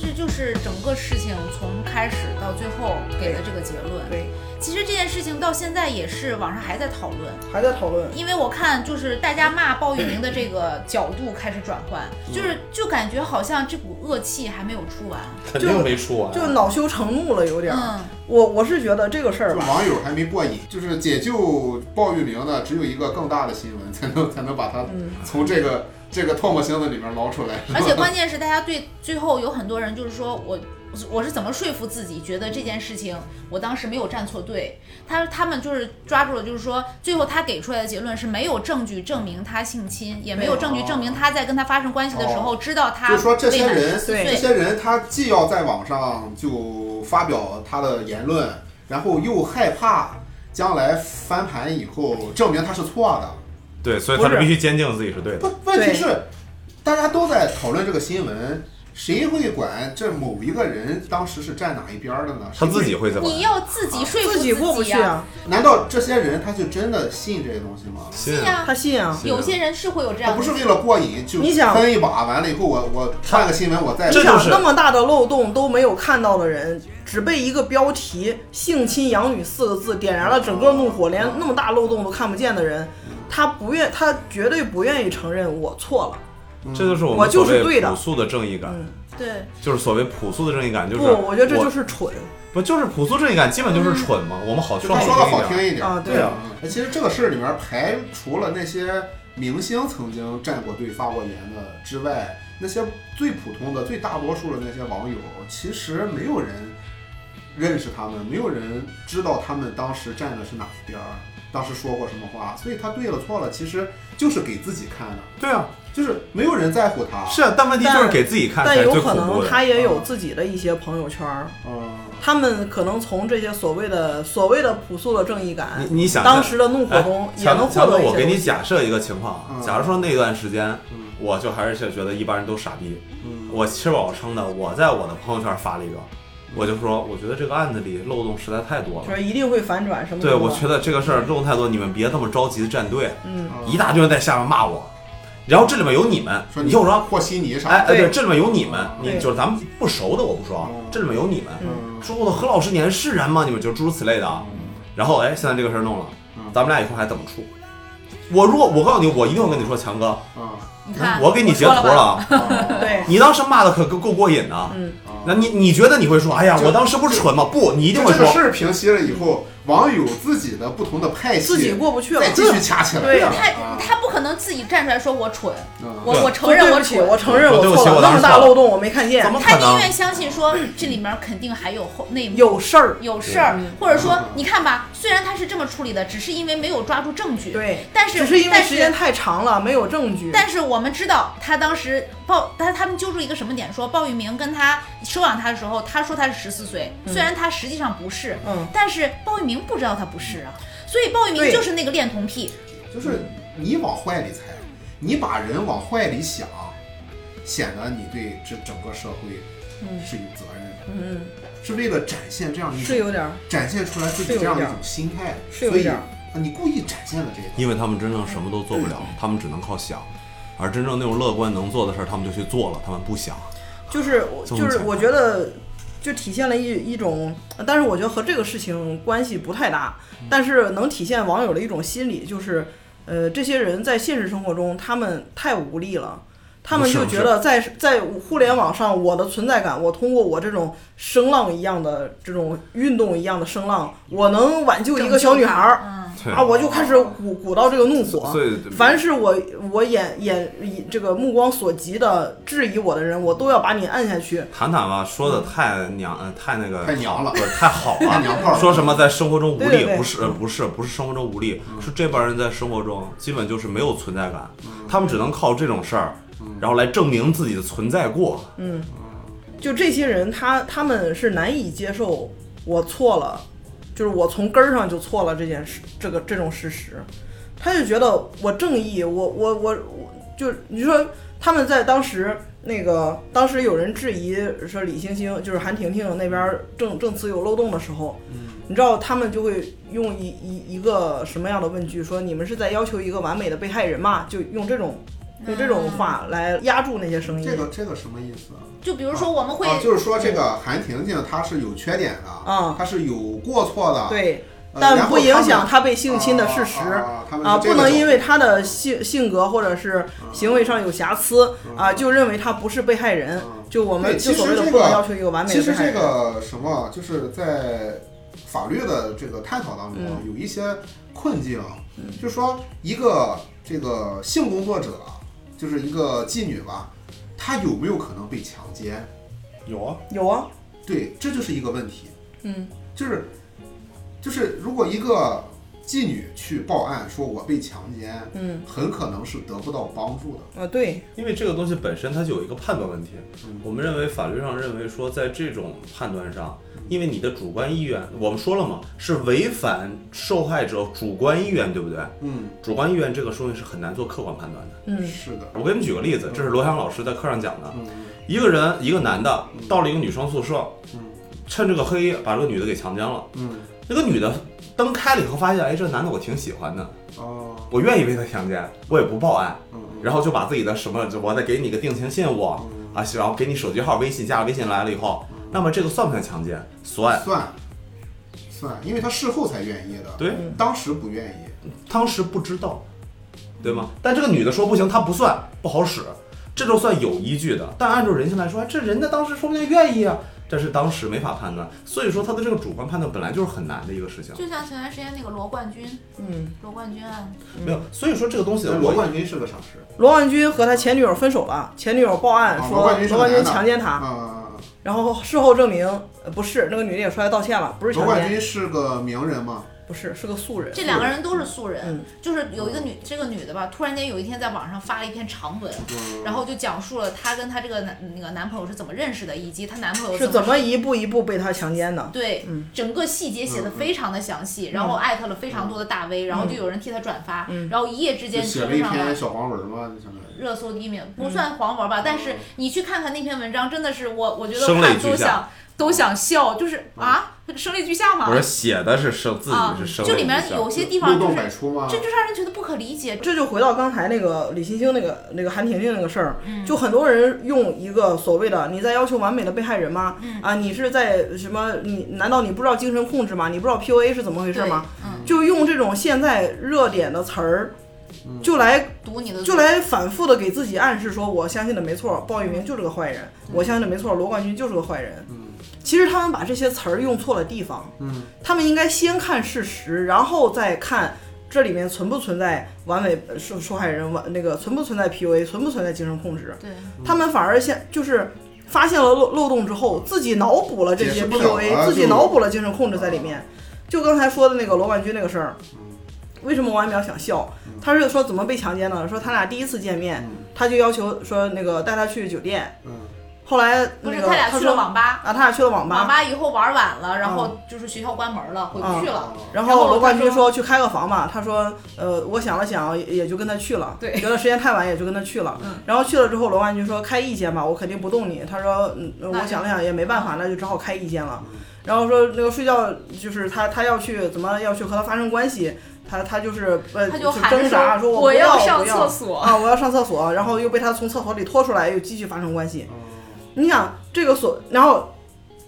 这就是整个事情从开始到最后给的这个结论。对，其实这件事情到现在也是网上还在讨论，还在讨论。因为我看就是大家骂鲍玉明的这个角度开始转换，嗯就是就感觉好像这股恶气还没有出完。肯定没出啊完。就恼羞成怒了，有点儿。嗯，我我是觉得这个事儿就吧，网友还没过瘾，就是解救鲍玉明呢，只有一个更大的新闻才能才能把他嗯从这个这个唾沫星子里面捞出来。 而且关键是大家对最后有很多人就是说我。我是怎么说服自己，觉得这件事情我当时没有站错队？他他们就是抓住了，就是说最后他给出来的结论是没有证据证明他性侵，也没有证据证明他在跟他发生关系的时候知道他哦就是说这未些满人十四对这岁。些人他既要在网上就发表他的言论，然后又害怕将来翻盘以后证明他是错的。对，所以他不是是必须坚定自己是对的。不，问题对是大家都在讨论这个新闻，谁会管这某一个人当时是站哪一边儿的呢？他谁自己会怎么你？要自己说服自己过不去呀、啊，难道这些人他就真的信这些东西吗？信对呀、他信啊，有些人是会有这他样不的是为了过瘾就你想分一把，完了以后我我看个新闻我再这你就想是那么大的漏洞都没有看到的人，只被一个标题“性侵养女”四个字点燃了整个怒火，连那么大漏洞都看不见的人，他不愿，他绝对不愿意承认我错了。这就是我我们就所是谓对的嗯朴素的正义感，对，就是所谓朴素的正义感，就是不，我觉得这就是嗯蠢。不就是朴素正义感，基本就是蠢嘛。我们好就说他说的好听听一点，一点啊对啊。那其实这个事儿里面排除了那些明星曾经站过队、发过言的之外，那些最普通的、最大多数的那些网友，其实没有人认识他们，没有人知道他们当时站的是哪一边儿，当时说过什么话，所以他对了错了，其实就是给自己看的，对啊，就是没有人在乎他。是啊，但问题就是给自己看但才是有最可恐怖能的。他也有自己的一些朋友圈儿，嗯，他们可能从这些所谓的所谓的朴素的正义感，你你想当时的怒火中也强能获强得哥，一我些给东你西。假设一个情况啊，嗯假如说那段时间嗯，我就还是觉得一般人都傻逼，嗯我吃饱撑的，我在我的朋友圈发了一个，我就说，我觉得这个案子里漏洞实在太多就了。是一定会反转什么的。对，我觉得这个事儿漏洞太多，你们别这么着急地站队。嗯，嗯啊一大堆人在下面骂我，然后这里面有你们，说你你听我说，和稀泥啥哎哎，的，对，对嗯这里面有你们，对你就是咱们不熟的我不说啊，嗯这里面有你们，嗯说过的何老师你还是人吗？你们就诸如此类的啊。然后哎，现在这个事儿弄了，嗯咱们俩以后还怎么处？我如果我告诉你，我一定会跟你说，强哥，嗯你看我给你截图说吧了，啊，哦对，你当时骂的可够够过瘾的。嗯，哦 那你你觉得你会说，哎呀，就我当时不是蠢吗？不，你一定就会说这个事，儿平息了以后，网友自己的不同的派系，自己过不去了再。继续掐起来。对啊他他不可能自己站出来说我蠢，嗯我对我承认哦对我不起，蠢，我承认我哦对不错起我了，当那么时大错了漏洞我没看见怎，么他可宁能？愿相信说这里面肯定还有后内幕有事儿。有事儿，或者说嗯你看吧，虽然他是这么处理的，只是因为没有抓住证据，对，但是只是因为但时间太长了，没有证据。但是我们知道，他当时鲍他他们揪住一个什么点说，鲍玉明跟他收养他的时候，他说他是十四岁，虽然他实际上不是，嗯但是鲍玉明不知道他不是啊，所以鲍玉明对就是那个恋童癖，就是你往坏里猜，你把人往坏里想，显得你对这整个社会是有责任的，嗯，是为了展现这样一是种有点儿，展现出来自己是有这样的一点儿种心态，是有所以点儿啊你故意展现了这个。因为他们真正什么都做不了，他们只能靠想，而真正那种乐观能做的事儿，他们就去做了，他们不想。嗯就是我这么就是惨我觉得就体现了一一种，但是我觉得和这个事情关系不太大，但是能体现网友的一种心理，就是呃，这些人在现实生活中他们太无力了。他们就觉得在在互联网上我的存在感，我通过我这种声浪一样的这种运动一样的声浪，我能挽救一个小女孩儿。嗯，对啊，我就开始鼓鼓到这个怒火。所以凡是我我眼眼以这个目光所及的质疑我的人，我都要把你按下去。谈谈吧，说的太娘，呃太那个太娘了不是太 好 太了。啊娘炮了。说什么在生活中无对力对，对不是呃不是不是生活中无力，嗯是这帮人在生活中基本就是没有存在感，嗯他们只能靠这种事儿，然后来证明自己的存在过。嗯，就这些人，他他们是难以接受我错了，就是我从根儿上就错了这件事，这个这种事实，他就觉得我正义，我我我我，就你说他们在当时那个，当时有人质疑说李星星就是韩婷婷那边儿证证词有漏洞的时候，嗯你知道他们就会用一一一个什么样的问句说你们是在要求一个完美的被害人吗？就用这种用这种话来压住那些声音。这个这个什么意思啊？就比如说我们会，啊，就是说这个韩婷婷她是有缺点的，嗯她是有过错的，对，呃但不影响然后他被性侵的事实他们啊他们啊，是这不个嗯能角因度为他的性性格或者是行为上有瑕疵啊，就认为他不是被害人嗯。就我们对就其实所谓的这不个能要求一个完美其的被实害这人。个什么，啊就是在法律的这个探讨当中，啊嗯有一些困境，啊就说一个这个性工作者，啊就是一个妓女吧，她有没有可能被强奸？有啊，有啊，对，这就是一个问题。嗯，就是就是，如果一个妓女去报案说我被强奸，嗯，很可能是得不到帮助的。啊，对，因为这个东西本身它就有一个判断问题。嗯我们认为法律上认为说，在这种判断上，嗯因为你的主观意愿，我们说了嘛，是违反受害者主观意愿，对不对？嗯，主观意愿这个东西是很难做客观判断的。嗯是的，我给你们举个例子，这是罗翔老师在课上讲的，嗯，一个人一个男的到了一个女生宿舍嗯，趁这个黑夜把这个女的给强奸了。嗯，那个女的灯开了以后发现，哎，这男的我挺喜欢的，哦，我愿意被他强奸，我也不报案，嗯嗯然后就把自己的什么，就我再给你个定情信物啊，然后给你手机号、微信，加了微信来了以后，那么这个算不算强奸？算，算算，因为他事后才愿意的，对，当时不愿意。当时不知道，对吗？但这个女的说不行，她不算，不好使，这就算有依据的。但按照人性来说，哎这人家当时说不定愿意啊，这是当时没法判断，所以说他的这个主观判断本来就是很难的一个事情，就像前段时间那个罗冠军，嗯，罗冠军案，没有，所以说这个东西罗我。冠军是个啥事？罗冠军和他前女友分手了，前女友报案啊哎说军是罗个冠军男的强奸啊她，啊啊！啊然后事后证明呃不是，那个女的也出来道歉了，不是罗强冠奸，军是个名人嘛？不是，是个素人。这两个人都是素人，嗯就是有一个女，这个女的吧，突然间有一天在网上发了一篇长文，然后就讲述了她跟她这个男那个男朋友是怎么认识的，以及她男朋友是怎怎么嗯一步一步被他强奸的？对，整个细节嗯写的非常的详细，然后嗯艾特了非常多的大 V，、然后就有人替她转发，然后一夜之就间嗯写了冲一上了篇小黄文嘛，就相当于。热搜第一名，嗯不算黄文吧，但是嗯你去看看那篇文章，真的是我我觉得声泪看俱都下想都想笑，就是嗯啊，声泪俱下嘛我是，写的是生自啊己是，生就理里面需要有些地漏方就洞百是。出啊嘛这，就让人觉得不可理解，这就回到刚才那个李星星那个那个韩婷婷那个事儿，就很多人用一个所谓的你在要求完美的被害人吗？啊，你是在什么？你难道你不知道精神控制吗？你不知道 PUA 是怎么回事对吗？？嗯，就用这种现在热点的词儿，就来堵你的就来反复的给自己暗示说，我相信的没错，鲍玉明就是个坏人，我相信的没错，罗冠军就是个坏人。其实他们把这些词儿用错了地方，嗯，他们应该先看事实，然后再看这里面存不存在完美呃受受害人完那个存不存在 PUA，存不存在精神控制，对，他们反而现就是发现了漏漏洞之后，自己脑补了这解些释不了 PUA，啊自己就嗯脑补了精神控制在里面。就刚才说的那个罗冠军那个事儿，为什么王一淼想笑？嗯他是说怎么被强奸的？说他俩第一次见面，他就要求说那个带他去酒店，嗯，后来不那是个他俩他去了说网吧，啊，他俩去了网网吧，嗯吧以后玩晚了，然后就是学校关门了，回不去了，然然后后罗他冠军说说去开个房吧，他说呃，我想了想也也就跟他去了，对嗯觉得时间太晚也就跟他去了。然后去了之后，罗冠军说开一间吧，我肯定不动你。他说嗯，呃那嗯我就想了想也没办法，那就只好开一间了。然后说那个睡觉就是他他要去怎么要去和他发生关系，他他就是呃他就喊挣着扎说说不要要不上要厕所，啊，我要上厕所，然后又被他从厕所里拖出来，又继续发生关嗯系。你想这个所，然后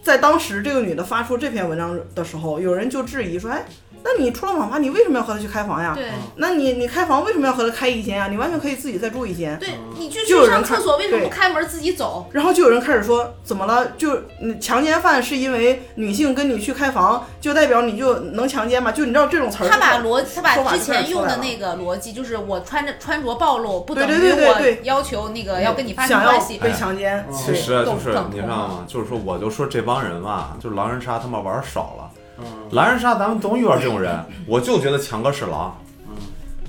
在当时这个女的发出这篇文章的时候，有人就质疑说，哎，那你出了网吧，你为什么要和他去开房呀？对嗯那你你开房为什么要和他开一间呀？你完全可以自己再住一间。对，你去就有去人上看厕所为什么对不开门自己走？然后就有人开始说，怎么了？就嗯强奸犯是因为女性跟你去开房，就代表你就能强奸吗？就你知道这种词儿就他是，把逻他说把法之就开始前出用来的了那个逻辑，就是我穿着穿着暴露，不等对于对对对我对要求那个要跟你发生想要关系。被强奸，哎其对实啊对就是更更你知道吗？就是说，我就说这帮人吧，就狼人杀他妈玩儿少了。嗯，狼人杀咱们总遇到这种人，我就觉得强哥是狼嗯，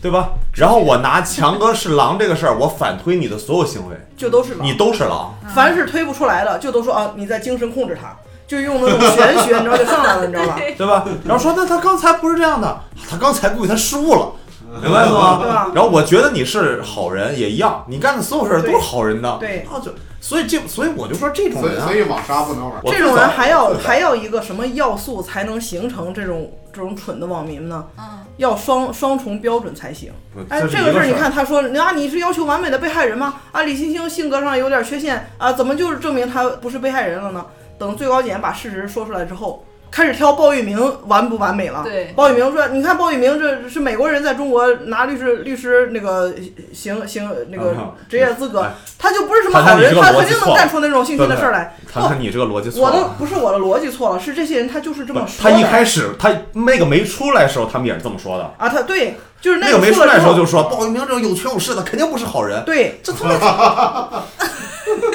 对吧？然后我拿强哥是狼这个事儿，我反推你的所有行为，就都是狼嗯你都是狼。凡是推不出来的，就都说啊你在精神控制他，就用那种玄学，你知道就上来了，你知 道吧？对吧？然后说那他刚才不是这样的，他刚才故意他失误了，明白了对吗吧？然后我觉得你是好人也一样，你干的所有事儿都是好人的，对对然后就所以这所以我就说这种所以人啊所，以网杀不能玩。我这最种人早还要还要一个什么要素才能形成这种 这种蠢的网民呢？嗯，要双双重标准才行。不哎，是这一个事儿你事儿看，他说啊，你是要求完美的被害人吗？啊，李星星性格上有点缺陷啊，怎么就是证明他不是被害人了呢？等最高检把事实说出来之后，开始挑鲍玉明完不完美了。对鲍玉明说，你看鲍玉明这是美国人在中国拿律师律师那个行行那个啊职业资格哎，他就不是什么好谈谈人，你这个他逻肯辑定错能了干出那种性侵的事儿来。谈谈你这个逻辑错我的了。不是我的逻辑错了，是这些人他就是这么说他的。一开始他那个没出来的时候，他们也是这么说的。啊，他对，就是那个个没出出来来的之时候后就说鲍玉明这种有权有势的肯定不是好人。对，这他妈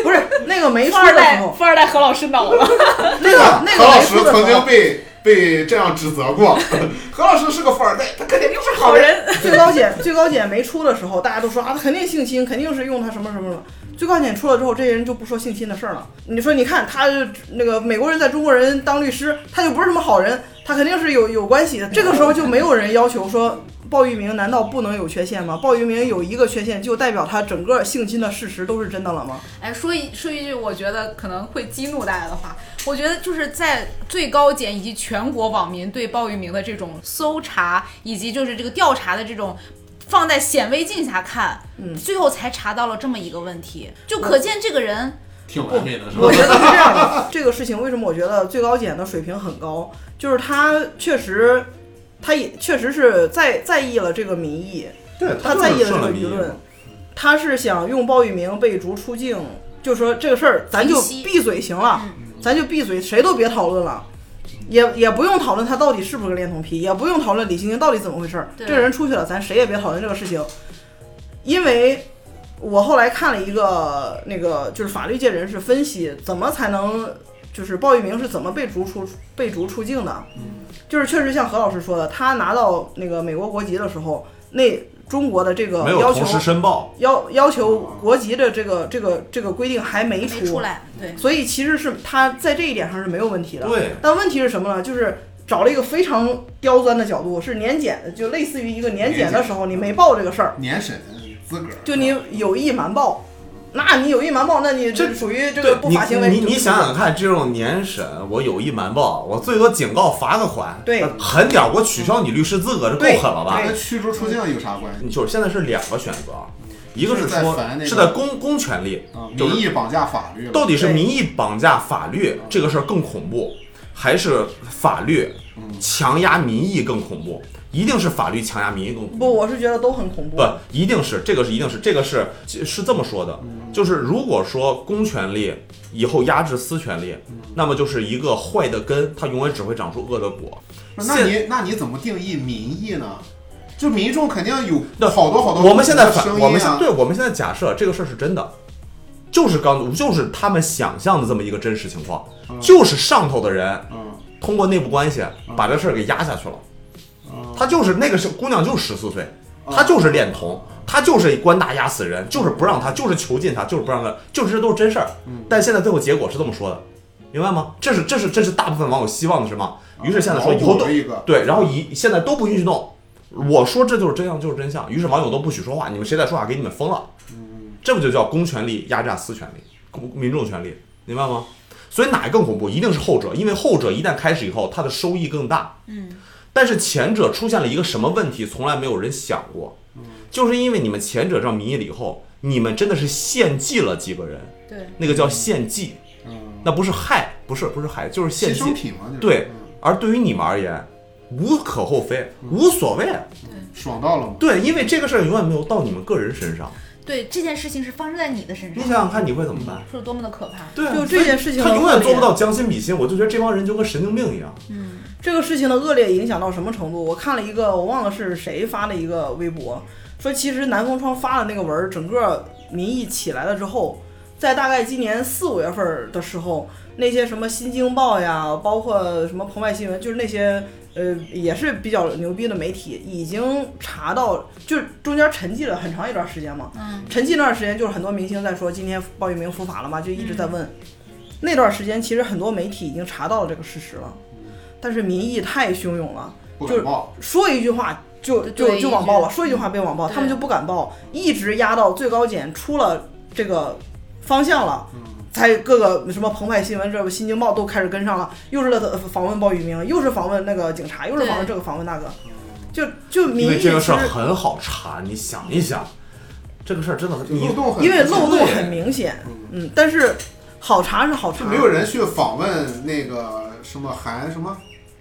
不是那个没富出的二时代候，富二代何老师恼了，那个那何个老没师出的曾时经候，被被这样指责过，何老师是个富二代，他肯定就是好人。 最高检最高检没出的时候，大家都说啊，他肯定性侵，肯定是用他什么什么什么。最高检出了之后，这些人就不说性侵的事儿了。你说，你看他那个美国人在中国人当律师，他就不是什么好人，他肯定是有有关系的。这个时候就没有人要求说鲍玉明难道不能有缺陷吗？鲍玉明有一个缺陷，就代表他整个性侵的事实都是真的了吗？哎，说一说一句，我觉得可能会激怒大家的话，我觉得就是在最高检以及全国网民对鲍玉明的这种搜查，以及就是这个调查的这种。放在显微镜下看，嗯最后才查到了这么一个问题，就可见这个人，挺完美的是吧我？觉得是这样的，这个事情为什么我觉得最高检的水平很高，就是他确实，他也确实是在在意了这个民意，对他就在意是了顺这了个民舆意嘛论，他是想用鲍玉明被逐出境，就说这个事儿咱就平息闭嘴行了，嗯嗯咱就闭嘴，谁都别讨论了。也也不用讨论他到底是不是个恋童癖，也不用讨论李星星到底怎么回事儿。对这个人出去了，咱谁也别讨论这个事情，因为我后来看了一个那个就是法律界人士分析，怎么才能就是鲍玉明是怎么被逐出被逐出境的，嗯就是确实像何老师说的，他拿到那个美国国籍的时候，那中国的这个没要有同时求申报，要要求国籍的这个这个这个规定还没没出来，对，所以其实是他在这一点上是没有问题的。对，但问题是什么呢？就是找了一个非常刁钻的角度，是年检，就类似于一个年检的时候，你没报这个事儿，年审资格，就你有意瞒报，那你有意瞒报，那你这这属于这对个不法行为。你你你想想看，这种年审，我有意瞒报，我最多警告罚个款，对狠点儿我取消你律师资格，这够狠了吧对？跟驱逐出境有啥关系？你就是现在是两个选择，一个是在说烦那是个在公公权力啊，，就民是意绑架法律了，到底是对民意绑架法律这个事儿更恐怖，还是法律嗯强压民意更恐怖？一定是法律强压民意更恐怖。不，我是觉得都很恐怖不。，一定是这个是一定是这个是是这么说的，嗯就是如果说公权力以后压制私权力，嗯那么就是一个坏的根，它永远只会长出恶的果。那现你那你怎么定义民意呢？就民众肯定有那好多好多我们现在反声，音啊，我们现对我们现在假设这个事儿是真的，就是刚就是他们想象的这么一个真实情况，就是上头的人嗯通过内部关系把这事儿给压下去了。嗯，她就是那个是姑娘，就是十四岁，她就是恋童，她就是官大压死人，就是不让她，就是囚禁她，就是不让她，就是这都是真事儿。嗯但现在最后结果是这么说的，明白吗？这是这是这是大部分网友希望的是吗？于是现在说以后脑都补了一个对，然后以现在都不允许弄。我说这就是真相，就是真相。于是网友都不许说话，你们谁再说话，给你们封了。嗯这不就叫公权力压榨私权力，公民众权利，明白吗？所以哪个更恐怖？一定是后者，因为后者一旦开始以后，它的收益更大。嗯，但是前者出现了一个什么问题，从来没有人想过，就是因为你们前者让民意了以后，你们真的是献祭了几个人，对，那个叫献祭，嗯，那不是害，不是不是害，就是献牺牲祭。品嘛，就是对，而对于你们而言，无可厚非，嗯无所谓。爽到了吗？对，因为这个事儿永远没有到你们个人身上。对这件事情是发生在你的身你上，想想看，你会怎么办？是多么的可怕。对啊，就这件事情他的永远恶劣做不到将心比心，我就觉得这帮人就跟神经病一样。嗯，这个事情的恶劣影响到什么程度？我看了一个，我忘了是谁发的一个微博，说其实南风窗发的那个文儿，整个民意起来了之后，在大概今年四五月份儿的时候，那些什么新京报呀，包括什么澎湃新闻，就是那些呃也是比较牛逼的媒体，已经查到，就是中间沉寂了很长一段时间嘛。嗯，沉寂那段时间，就是很多明星在说今天鲍玉明伏法了吗？就一直在嗯问。那段时间，其实很多媒体已经查到了这个事实了，但是民意太汹涌了，不就是敢报，说一句话就就就对就一网句暴了，说一句话被网暴，对他们就不敢报，一直压到最高检出了这个方向了。嗯才各个什么澎湃新闻、这个新京报都开始跟上了，又是访问鲍玉明，又是访问那个警察，又是访问对这个访问那个，嗯就就民意因为其这实个事儿很好查，你想一想，这个事儿真的很，漏你洞很，因为漏洞对很明显，嗯，但是好查是好查，就没有人去访问那个什么韩什么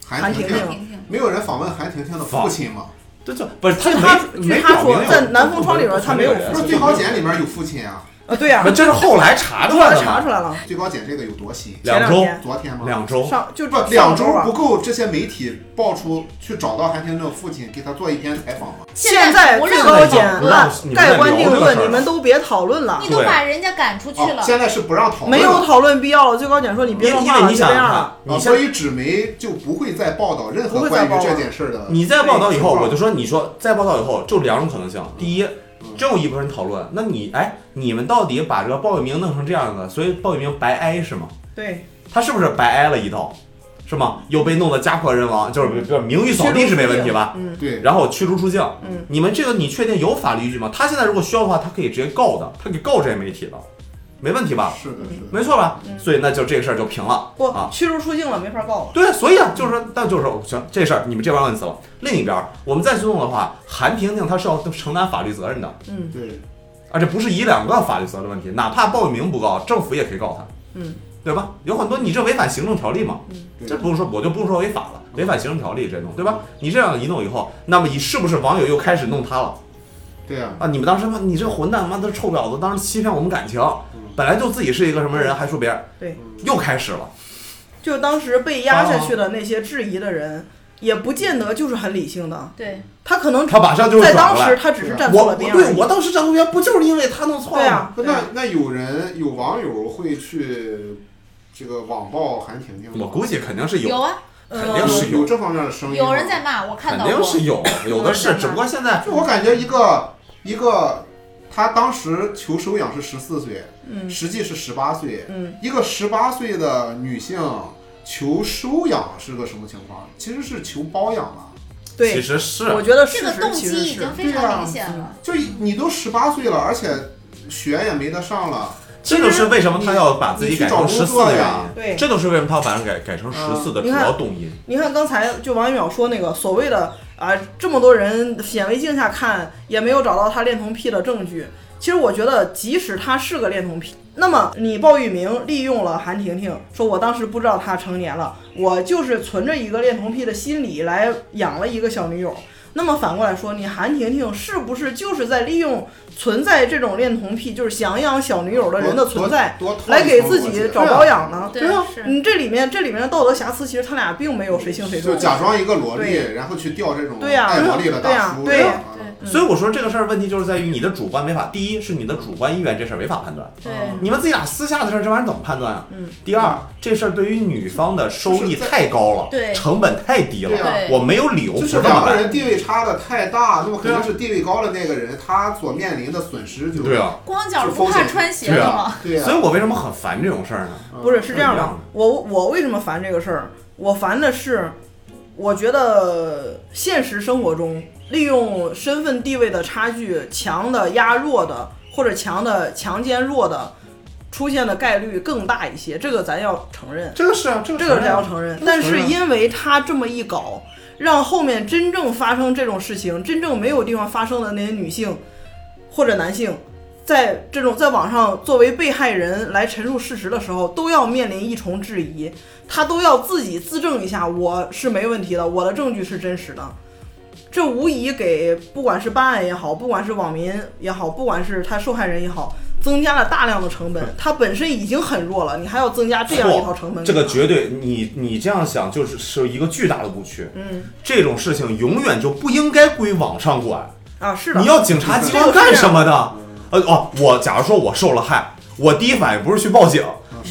韩韩婷婷婷，婷婷婷，没有人访问韩婷婷的父亲嘛？对对，不是据他也他没据没他表说明，在南风窗里边他没有不不是最高检里面有父亲啊？啊，对呀、不是这是后来查出来的查嘛，出来了，最高检这个有多新？前两两周天昨天吗？两周，上就不上两周啊不够，这些媒体爆出去找到韩婷的父亲，给他做一天采访吗？现在在最让高你检不让你们再盖棺聊定这个事儿论，了你们都别讨论了你，都把人家赶出去哦了，，现在是不让讨论了，没有讨论必要了。最高检说你别因说为因话为了，你就这想样想了看。，啊，你所现以纸媒就不会再报道任不会何再关报于道这件事儿的。你再报道以后，我就说，你说再报道以后，就两种可能性。第一，真有一部分人讨论，那你哎，你们到底把这个鲍玉明弄成这样子，所以鲍玉明白挨是吗？对，他是不是白挨了一道，是吗？又被弄得家破人亡，就是不是名誉扫地是没问题吧？嗯，对，然后驱逐出境，嗯，你们这个你确定有法律依据吗？他现在如果需要的话，他可以直接告的，他可以告这些媒体的，没问题吧？是的，是的，没错吧？嗯所以那就这个事儿就平了不啊。驱逐出境了，没法告了。对，所以啊，就是说，但就是说行，这事儿你们这边摁死了。另一边儿，我们再去弄的话，韩婷婷她是要承担法律责任的，嗯，对，而且不是一两个法律责任问题，哪怕鲍玉明不告，政府也可以告他，嗯，对吧？有很多你这违反行政条例嘛，对啊这不用说，我就不用说违法了，违反行政条例这种，对吧？你这样一弄以后，那么你是不是网友又开始弄他了对啊，啊？你们当时妈，你这混蛋，妈的臭婊子，当时欺骗我们感情，本来就自己是一个什么人，还说别人，对，又开始了。就当时被压下去啊的那些质疑的人，也不见得就是很理性的，对，他可能他马上就在转当过来时他只是站我错我了边对而已。我当时站路边不就是因为他弄错了对啊嗯吗？呀，不那那有人有网友会去这个网暴韩婷婷我吗？估计肯定是有，有啊，呃肯定是有有，这方面的声音吗，有人在骂，我看肯到过定。是有，有的有是，人在骂只不过现在就我感觉一个一个，他当时求收养是十四岁，嗯实际是十八岁，嗯，一个十八岁的女性求收养是个什么情况？其实是求包养了。其对，实是我觉得事这个实动其机实已是经非常明显了，就你都十八岁了，而且学也没得上了，这就是为什么他要把自己改成十四的原因。对。这就是为什么他把人改改成十四的主要动因。你看刚才就王一淼说那个所谓的啊、这么多人显微镜下看也没有找到他恋童癖的证据。其实我觉得，即使他是个恋童癖，那么你鲍玉明利用了韩婷婷，说我当时不知道她成年了，我就是存着一个恋童癖的心理来养了一个小女友。那么反过来说，你韩婷婷是不是就是在利用存在这种恋童癖，就是想养小女友的人的存在，多多多来给自己找啊包养呢？对是你这里面这里面的道德瑕疵，其实他俩并没有谁轻谁重就。假装一个萝莉，对然后去钓这种对呀爱萝莉的大叔，啊对呀对吧对嗯所以我说这个事儿问题就是在于你的主观没法，第一是你的主观意愿这事儿没法判断，对，啊你们自己俩私下的事儿这玩意儿怎么判断啊？嗯。第二，这事儿对于女方的收益太高了，对成本太低对了，啊对我没有理由不哎就这是么两个干。人地位差的太大，那么肯对啊定是地位高的那个人，他所面临的损失就对啊，光脚不怕穿鞋对的啊吗？对呀、所以我为什么很烦这种事儿呢？嗯不是，是这样不一的样，我我为什么烦这个事儿？我烦的是，我觉得现实生活中利用身份地位的差距，强的压弱的，或者强的强奸弱的，出现的概率更大一些，这个咱要承认。这个是啊，这个这个承咱认啊要承认。但是因为他这么一搞，让后面真正发生这种事情、真正没有地方发生的那些女性或者男性，在这种在网上作为被害人来陈述事实的时候，都要面临一重质疑，他都要自己自证一下，我是没问题的，我的证据是真实的。这无疑给不管是办案也好，不管是网民也好，不管是他受害人也好，增加了大量的成本。他本身已经很弱了，你还要增加这样一套成本这个绝对，你你这样想就是是一个巨大的误区。嗯，这种事情永远就不应该归网上管。啊，是的，你要警察机关啊干什么的？呃哦，我假如说我受了害，我第一反应不啊是去报警，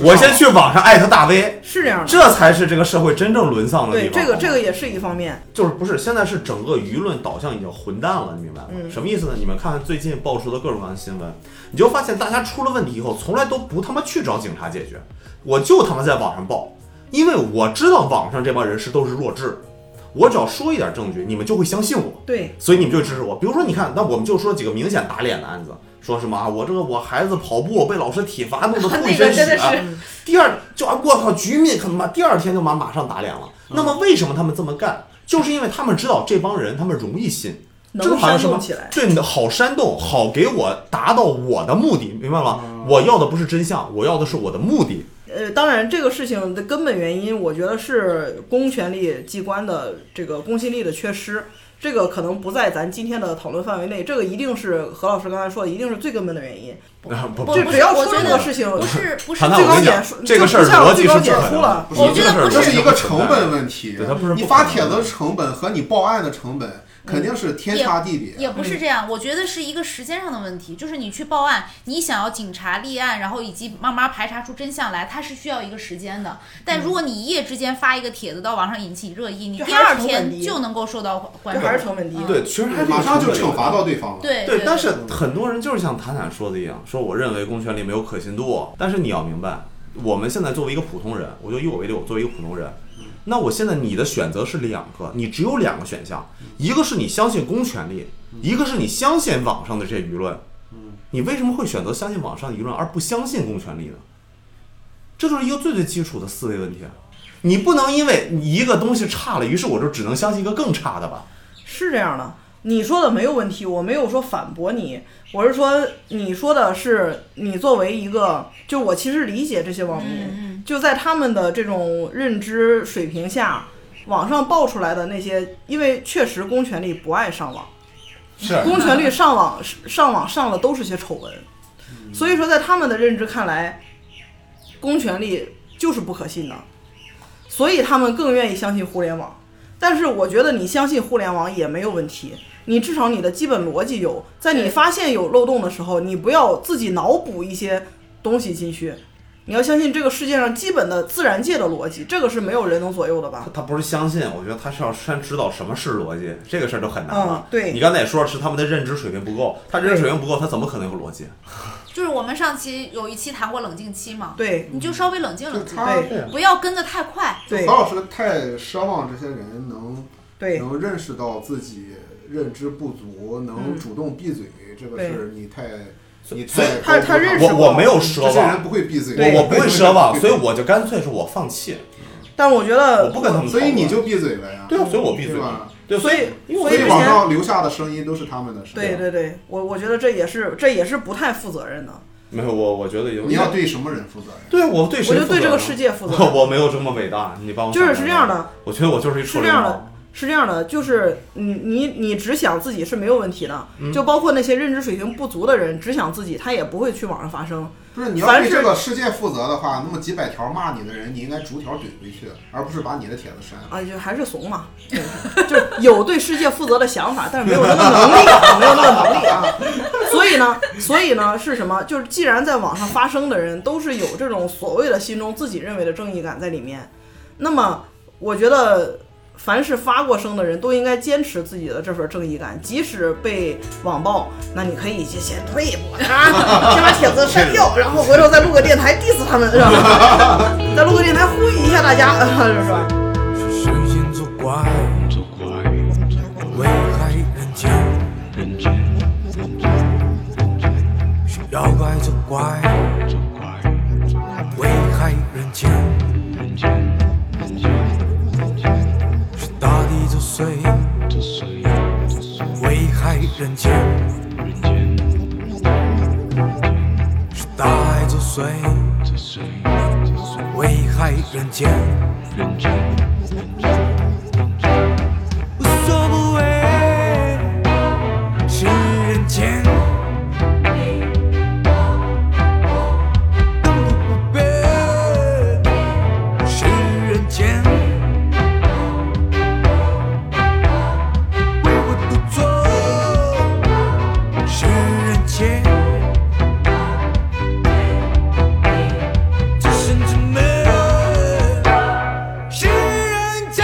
我先去网上艾特大 V，是这样的。这才是这个社会真正沦丧的地对，方。这哦个这个个也是一方面，就是不是现在是整个舆论导向已经混蛋了，你明白吗？嗯什么意思呢？你们看看最近爆出的各种各样的新闻，你就发现大家出了问题以后，从来都不他妈去找警察解决，我就他妈在网上报，因为我知道网上这帮人是都是弱智，我只要说一点证据，你们就会相信我。对，所以你们就支持我。比如说，你看，那我们就说几个明显打脸的案子，说什么啊，我这个我孩子跑步被老师体罚，弄得 吐一那个身血。真的是啊第二就啊，我靠，局面可他妈第二天就马马上打脸了。那么为什么他们这么干？就是因为他们知道这帮人他们容易信，这个能好像煽什么动起来，对你的好煽动，好给我达到我的目的，明白吗？嗯我要的不是真相，我要的是我的目的。呃，当然，这个事情的根本原因，我觉得是公权力机关的这个公信力的缺失，这个可能不在咱今天的讨论范围内。这个一定是何老师刚才说的，一定是最根本的原因。啊 不不就不只是，要我说觉这得个事情，不 是不是韩娜，最我高跟你点讲说，这个事儿就不像逻辑最是高不点可出能了的，嗯我觉得哦这个不事这儿是一不可个能成的本问题对它不是。不你发可能帖的子的成本和你报案的成本嗯肯定是天差地别。也不是这样，我觉得是一个时间上的问题，就是你去报案，你想要警察立案，然后以及慢慢排查出真相来，它是需要一个时间的。但如果你一夜之间发一个帖子到网上引起热议，你就第嗯还是二成本天低就能够受到关这注还。是成本低。嗯对，其实还是马上就有成本的惩罚到对方了。对对，但是很多人就是像坦坦说的一样，说我认为公权力没有可信度。但是你要明白，我们现在作为一个普通人，我就以我为例，我作为一个普通人，那我现在你的选择是两个，你只有两个选项，一个是你相信公权力，一个是你相信网上的这些舆论。你为什么会选择相信网上的舆论而不相信公权力呢？这就是一个最最基础的思维问题啊！你不能因为你一个东西差了，于是我就只能相信一个更差的吧？是这样的，你说的没有问题，我没有说反驳你，我是说你说的是你作为一个，就我其实理解这些网民，就在他们的这种认知水平下，网上爆出来的那些，因为确实公权力不爱上网。是公权力上网上网上的都是些丑闻，嗯所以说在他们的认知看来，公权力就是不可信的，所以他们更愿意相信互联网。但是我觉得你相信互联网也没有问题，你至少你的基本逻辑有，在你对发现有漏洞的时候，你不要自己脑补一些东西进去，你要相信这个世界上基本的自然界的逻辑，这个是没有人能左右的吧？他不是相信，我觉得他是要先知道什么是逻辑，这个事儿就很难了嗯。对你刚才也说是他们的认知水平不够，他认知水平不够，他怎么可能有逻辑？就是我们上期有一期谈过冷静期嘛，对你就稍微冷静就冷静，他对不要跟得太快。对何老师太奢望这些人能对，能认识到自己认知不足，嗯能主动闭嘴，这个是你太你所以他太高估他认识我我没有奢这些人望，不会闭嘴，对呃我我不会奢望，所以我我就干脆是我放弃，但我觉我得不跟他们讨所论。以你就闭嘴了呀，对啊，所以我闭嘴对。吧？对，所以因所为以所之以网前上留下的声音都是他们的声对音。对对，我我觉得这也是这也是不太负责任的，没有我，我觉得有你要对什么人负责呀？对啊我对我谁就对这个世界界负责任。我我没有这么伟大，你帮我就是想是想这样，的，我觉得我就是一是臭这流样氓的。是这样的，就是你你你只想自己是没有问题的，嗯就包括那些认知水平不足的人，只想自己，他也不会去网上发声。不是你要凡对是这个世界负责的话，那么几百条骂你的人，你应该逐条怼回去，而不是把你的帖子删。啊，就还是怂嘛，对就是有对世界负责的想法，但是没有那个能力，没有那个能力啊。所以呢，所以呢是什么？就是既然在网上发声的人都是有这种所谓的心中自己认为的正义感在里面，那么我觉得。凡是发过声的人都应该坚持自己的这份正义感，即使被网暴，那你可以先先退一步啊，先把帖子删掉，然后回头再录个电台 diss 他们，是吧？再录个电台呼吁一下大家， 是吧？是谁先作怪？作怪，危害人间，人间是妖怪作怪，作怪，危害人间，人间人间人间是大地作祟，作祟，危害人间。人间谁？危害人间，无所不为是人间。奋不顾备是人间，唯我独尊是人间。只剩之美是人间。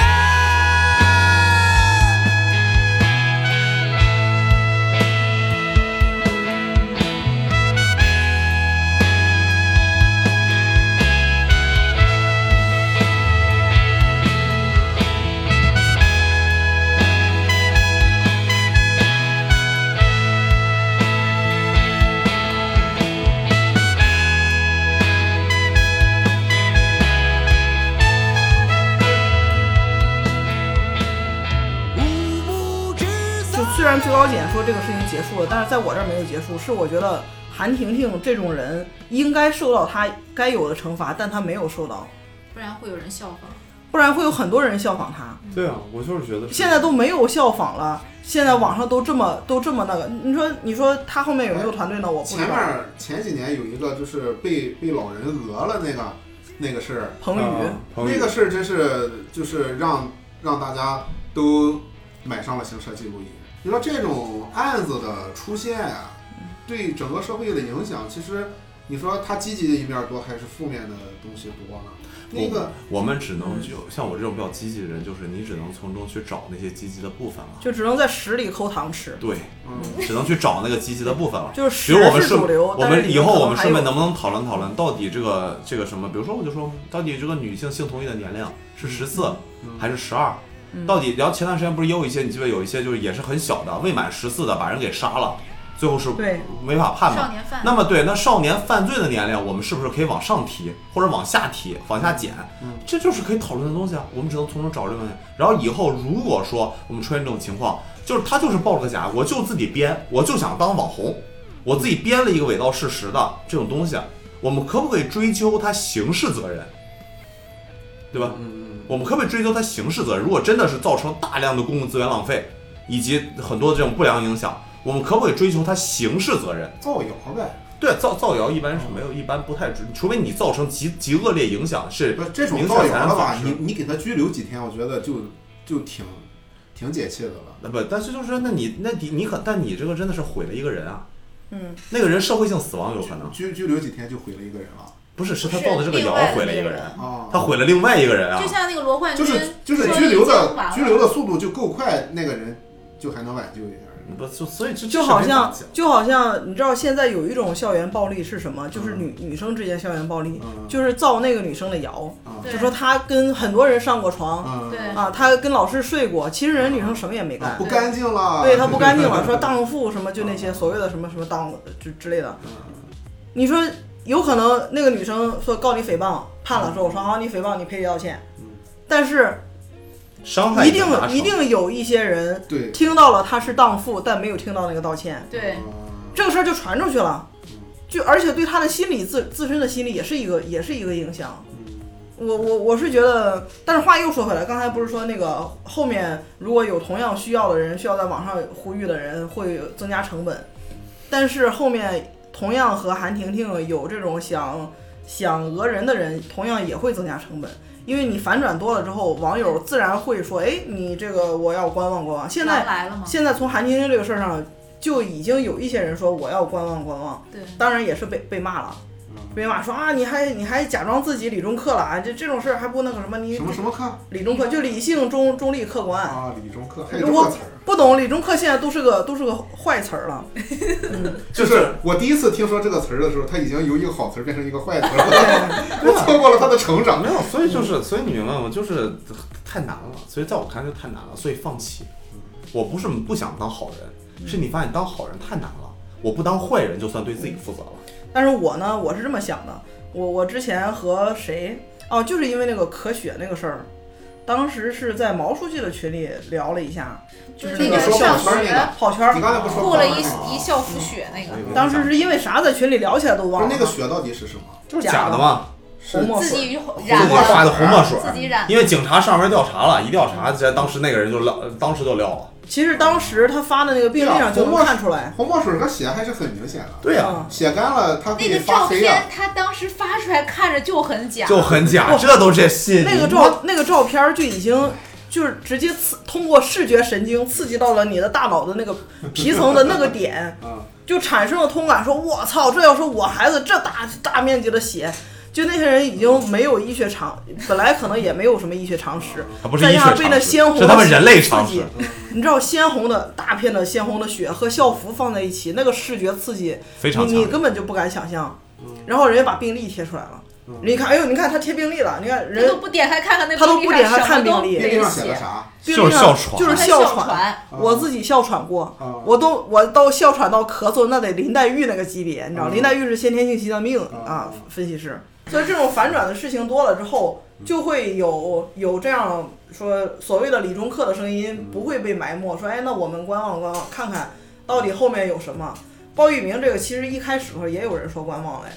无知就虽然最高检说这个事情结束了，但是在我这儿没有结束，是我觉得韩婷婷这种人应该受到她该有的惩罚，但她没有受到，不然会有人效仿。不然会有很多人效仿她。对啊，我就是觉得是啊现在都没有效仿了，现在网上都这么都这么那个，你说你说她后面有没有团队呢？我不知前道面。儿前几年有一个就是被被老人讹了那个那个事儿，彭宇、啊彭宇那个事儿真是就是让让大家都买上了行车记录仪。你说这种案子的出现啊，对整个社会的影响，其实你说它积极的一面多还是负面的东西多呢？那个我们只能就像我这种比较积极的人，就是你只能从中去找那些积极的部分了。就只能在屎里抠糖吃，对，嗯，只能去找那个积极的部分了。就是屎比如我们是顺，主流。我但是们以后我可能们顺还有便能不能讨论讨论，到底这个这个什么？比如说，我就说，到底这个女性性同意的年龄是十四嗯还是十二？嗯到底，然后前段时间不是也有一些，你记不记得有一些就是也是很小的，未满十四的把人给杀了，最后是对没法判少嘛。年犯那么对，那少年犯罪的年龄，我们是不是可以往上提，或者往下提，往下减？嗯这就是可以讨论的东西啊。我们只能从中找这个问题。然后以后如果说我们出现这种情况，就是他就是报了个假，我就自己编，我就想当网红，我自己编了一个伪造事实的这种东西，啊我们可不可以追究他刑事责任？对吧？嗯我们可不可以追究他刑事责任？如果真的是造成大量的公共资源浪费，以及很多这种不良影响，我们可不可以追究他刑事责任？造谣呗，对，造造谣一般是没有，一般不太追，除非你造成极极恶劣影响是不是呃这种明显造财谣产的损吧？失你你给他拘留几天，我觉得就就挺挺解气的了。那不，但是就是说，那你那你你可，但你这个真的是毁了一个人啊！嗯，那个人社会性死亡有可能，拘拘留几天就毁了一个人了不是是是他造的这个谣另外的毁了一那个个人，人啊他毁了另外一个人啊就！像那个罗冠就军是就是说拘留已经完的了拘留的速度就够快，那个人就还能挽救一下。嗯不就所以这就好像这是没法讲就好像你知道现在有一种校园暴力是什么？嗯就是女、女生之间校园暴力，嗯就是造那个女生的谣，啊，对就说她跟很多人上过床、嗯，对啊，她跟老师睡过，其实人女生什么也没干。啊不干净了，对她不干净 了，说荡妇什么，就那啊些所谓的什么什么荡就之类的。你说有可能那个女生说告你诽谤，判了之后说好你诽谤你赔礼道歉，但是嗯伤害一个定拿手一定有一些人对，听到了她是荡妇，但没有听到那个道歉。对嗯这个事儿就传出去了，就而且对他的心理自自身的心理也是一个也是一个影响。我我我是觉得，但是话又说回来，刚才不是说那个后面如果有同样需要的人，需要在网上呼吁的人会增加成本，但是后面同样和韩婷婷有这种想想讹人的人，同样也会增加成本。因为你反转多了之后，网友自然会说：“哎，你这个我要观望观望。”现在狼来了嘛，现在从韩晶晶这个事儿上，就已经有一些人说我要观望观望，对，当然也是被被骂了，啊嗯被骂说啊，你还你还假装自己理中客了啊，这这种事儿还不那个什么，你什么什么课理中客就理性中中立客观，啊，理中课还有这我个词儿，不懂理中客现在都是个都是个坏词儿了， 就是我第一次听说这个词儿的时候，它已经由一个好词儿变成一个坏词 儿啊了，我错过了它的成长没。有，所以就是，所以你明白吗？就是太难了，所以在我看来就太难了，所以放弃。我不是不想当好嗯人，是你发现当好人太难了。我不当坏人，就算对自己负责了。但是我呢，我是这么想的，我我之前和谁哦，就是因为那个可雪那个事儿，当时是在毛书记的群里聊了一下，就是那这个说校上跑圈儿那学个，跑圈儿你。刚才不说吐了跑圈儿吗一一校服血那个，嗯当时是因为啥在群里聊起来都不忘是了。那个雪到底是什么？就是假假的的嘛，是红墨自水，己红染墨的，刷的红墨水，自己染的。因为警察上门调查了，一调查，这当时那个人就撂，当时就撂了。其实当时他发的那个病历上就能看出来。啊红墨水和血还是很明显的，对呀、嗯，血干了它可那以个发照黑啊呀片，，他当时发出来看着就很假，就很假，这都是信嗯哦那个照那个照片儿就已经就是直接刺通过视觉神经刺激到了你的大脑的那个皮层的那个 点，嗯，就产生了通感，说我操，这要是我孩子这大大面积的血。就那些人已经没有医学常，本来可能也没有什么医学常识，他不是再医加上被学那常鲜红识，的是他们人类刺常激识。你知道鲜红的大片的鲜红的血和校服放在一起，那个视觉刺激，非常你强你烈。嗯根本就不敢想象。然后人家把病历贴出来了，你看，哎呦，你看他贴病历了，你看他都人不点开看看那他都不点开上什看么都病历病历没上写的写，啥？病就是历上哮喘就是他哮哮喘。嗯喘。我自己哮喘过，啊我都我到哮喘到咳嗽，那得林黛玉那个级别，你嗯知道，林黛玉是先天性心脏病啊啊，分析师。所以这种反转的事情多了之后，就会有有这样说所谓的理中客的声音不会被埋没，说哎，那我们观望观望，看看到底后面有什么。包玉明这个其实一开始的时候也有人说观望嘞，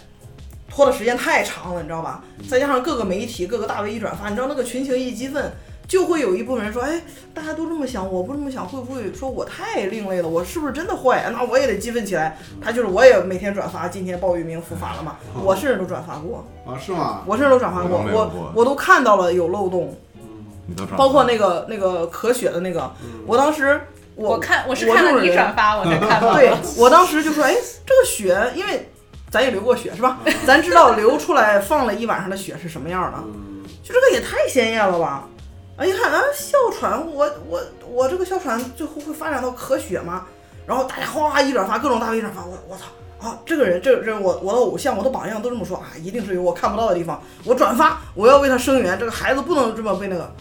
拖的时间太长了，你知道吧？再加上各个媒体、各个大 V 一转发，你知道那个群情一激愤，就会有一部分人说，哎，大家都这么想，我不这么想，会不会说我太另类了？我是不是真的坏呀？啊那我也得激愤起来。他就是我也每天转发，今天鲍玉明复发了嘛，我甚至都转发过，啊，是吗？我甚至都转发过，嗯我没有我过嗯我都看到了有漏洞，嗯你都知道包括那个那个咳血的那个，我当时我我看我是我看这到种你人转发，我才看到。对，我当时就说，哎，这个血，因为咱也流过血是吧？ 咱知道流出来放了一晚上的血是什么样的，嗯就这个也太鲜艳了吧！啊，一看啊，哮喘，我我我这个哮喘最后会发展到咳血吗？然后大家哗哗一转发，各种大 V 转发，我我操！啊，这个人，这个人，我我的偶像，我的榜样都这么说啊，一定是有我看不到的地方。我转发，我要为他声援，这个孩子不能这么被那个，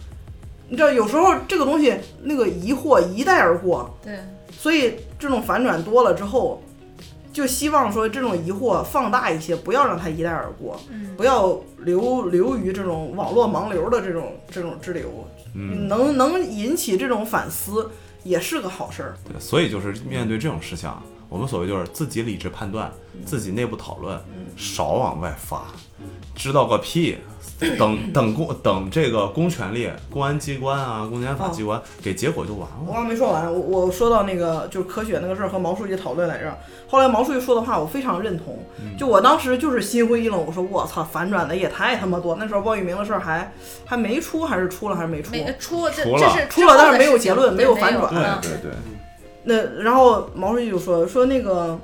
你知道，有时候这个东西那个疑惑一带而过，对，所以这种反转多了之后，就希望说这种疑惑放大一些，不要让它一带而过，嗯，不要流流于这种网络盲流的这种这种支流，嗯，能能引起这种反思也是个好事儿。对，所以就是面对这种事情啊，我们所谓就是自己理智判断，自己内部讨论，少往外发，知道个屁。等等公等这个公权力、公安机关啊、公检法机关给结果就完我了。刚没说完，我我说到那个就是科学那个事儿和毛书记讨论来着，后来毛书记说的话我非常认同，就我当时就是心灰意冷，我说我操，反转的也太他妈多。那时候鲍玉明的事儿还还没出，还是出了还是没出？没出这除这了是出了之后但是的没有事结情论没对没有反转嗯对，那然后毛书记就说说那个，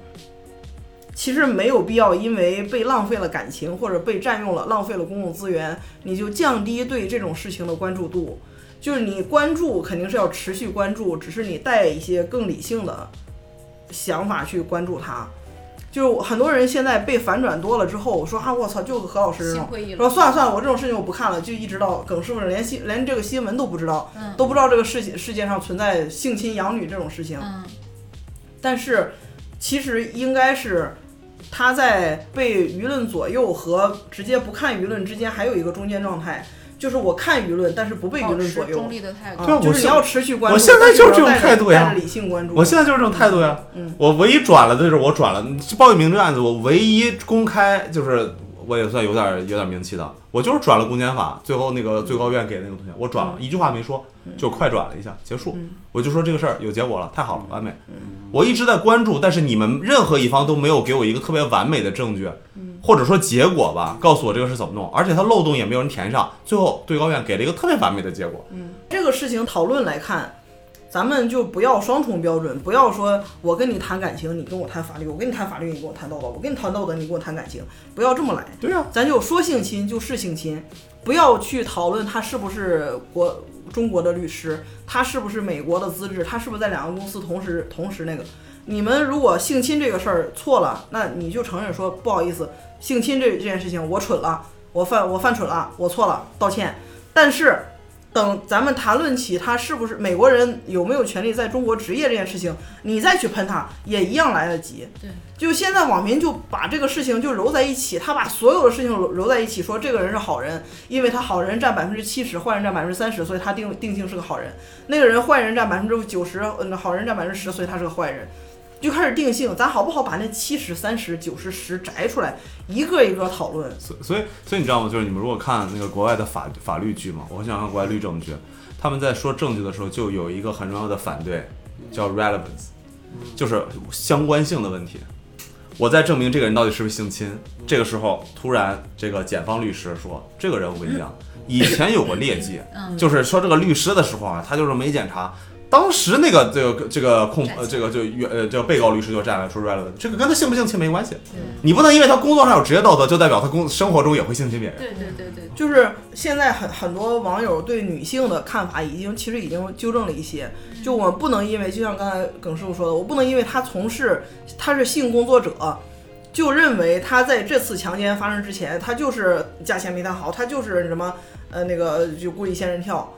其实没有必要因为被浪费了感情或者被占用了浪费了公共资源，你就降低对这种事情的关注度。就是你关注肯定是要持续关注，只是你带一些更理性的想法去关注它。就是很多人现在被反转多了之后，说啊我操，就何老师这心种，灰意说冷。算了算了，我这种事情我不看了，就一直到耿师傅连新连这个新闻都不知道，嗯都不知道这个世界世界上存在性侵养女这种事情。嗯，但是其实应该是他在被舆论左右和直接不看舆论之间还有一个中间状态，就是我看舆论，但是不被舆保论持左右中。立的态度。啊对啊我就是你现要持续关注，我现在但是就是这你要带着种态度呀带着理性关注。我现在就是这种态度呀。嗯我唯一转了的就是我转了鲍玉明这个案子，我唯一公开就是我也算有点有点名气的，我就是转了公检法，最后那个最高院给那个东西，我转嗯了、一句话没说，就快转了一下结束，我就说这个事儿有结果了，太好了，完美。嗯我一直在关注，但是你们任何一方都没有给我一个特别完美的证据，嗯或者说结果吧，告诉我这个是怎么弄，而且它漏洞也没有人填上，最后最高院给了一个特别完美的结果。这个事情讨论来看，咱们就不要双重标准，不要说我跟你谈感情，你跟我谈法律；我跟你谈法律，你跟我谈道德；我跟你谈道德，你跟我谈感情，不要这么来。对呀、咱就说性侵就是性侵，不要去讨论他是不是国中国的律师，他是不是美国的资质，他是不是在两个公司同时同时那个。你们如果性侵这个事儿错了，那你就承认说不好意思，性侵这这件事情我蠢了，我犯我犯蠢了，我错了，道歉。但是等咱们谈论起他是不是美国人有没有权利在中国执业这件事情，你再去喷他也一样来得及。对，就现在网民就把这个事情就揉在一起，他把所有的事情揉揉在一起，说这个人是好人，因为他好人占百分之七十，坏人占百分之三十，所以他定定性是个好人。那个人坏人占百分之九十，嗯，好人占百分之十，所以他是个坏人。就开始定性，咱好不好把那七十、三十、九十、十摘出来，一个一个讨论？所所以所以你知道吗？就是你们如果看那个国外的法法律剧嘛，我很喜欢看国外律政剧，他们在说证据的时候就有一个很重要的反对，叫 relevance，就是相关性的问题。我在证明这个人到底是不是性侵，这个时候突然这个检方律师说，这个人我跟你讲，以前有过劣迹，嗯，就是说这个律师的时候啊，他就是没检查。当时那个这个这个控呃这个就原呃这个被告律师就站来说 relevant，这个跟他性不性侵没关系，嗯你不能因为他工作上有职业道德，就代表他工生活中也会性侵别人。对对对对就是现在很很多网友对女性的看法已经其实已经纠正了一些，就我们不能因为就像刚才耿师傅说的，我不能因为她从事呃她是性工作者，就认为她在这次强奸发生之前，她就是价钱没谈好，她就是什么呃那个就故意仙人跳，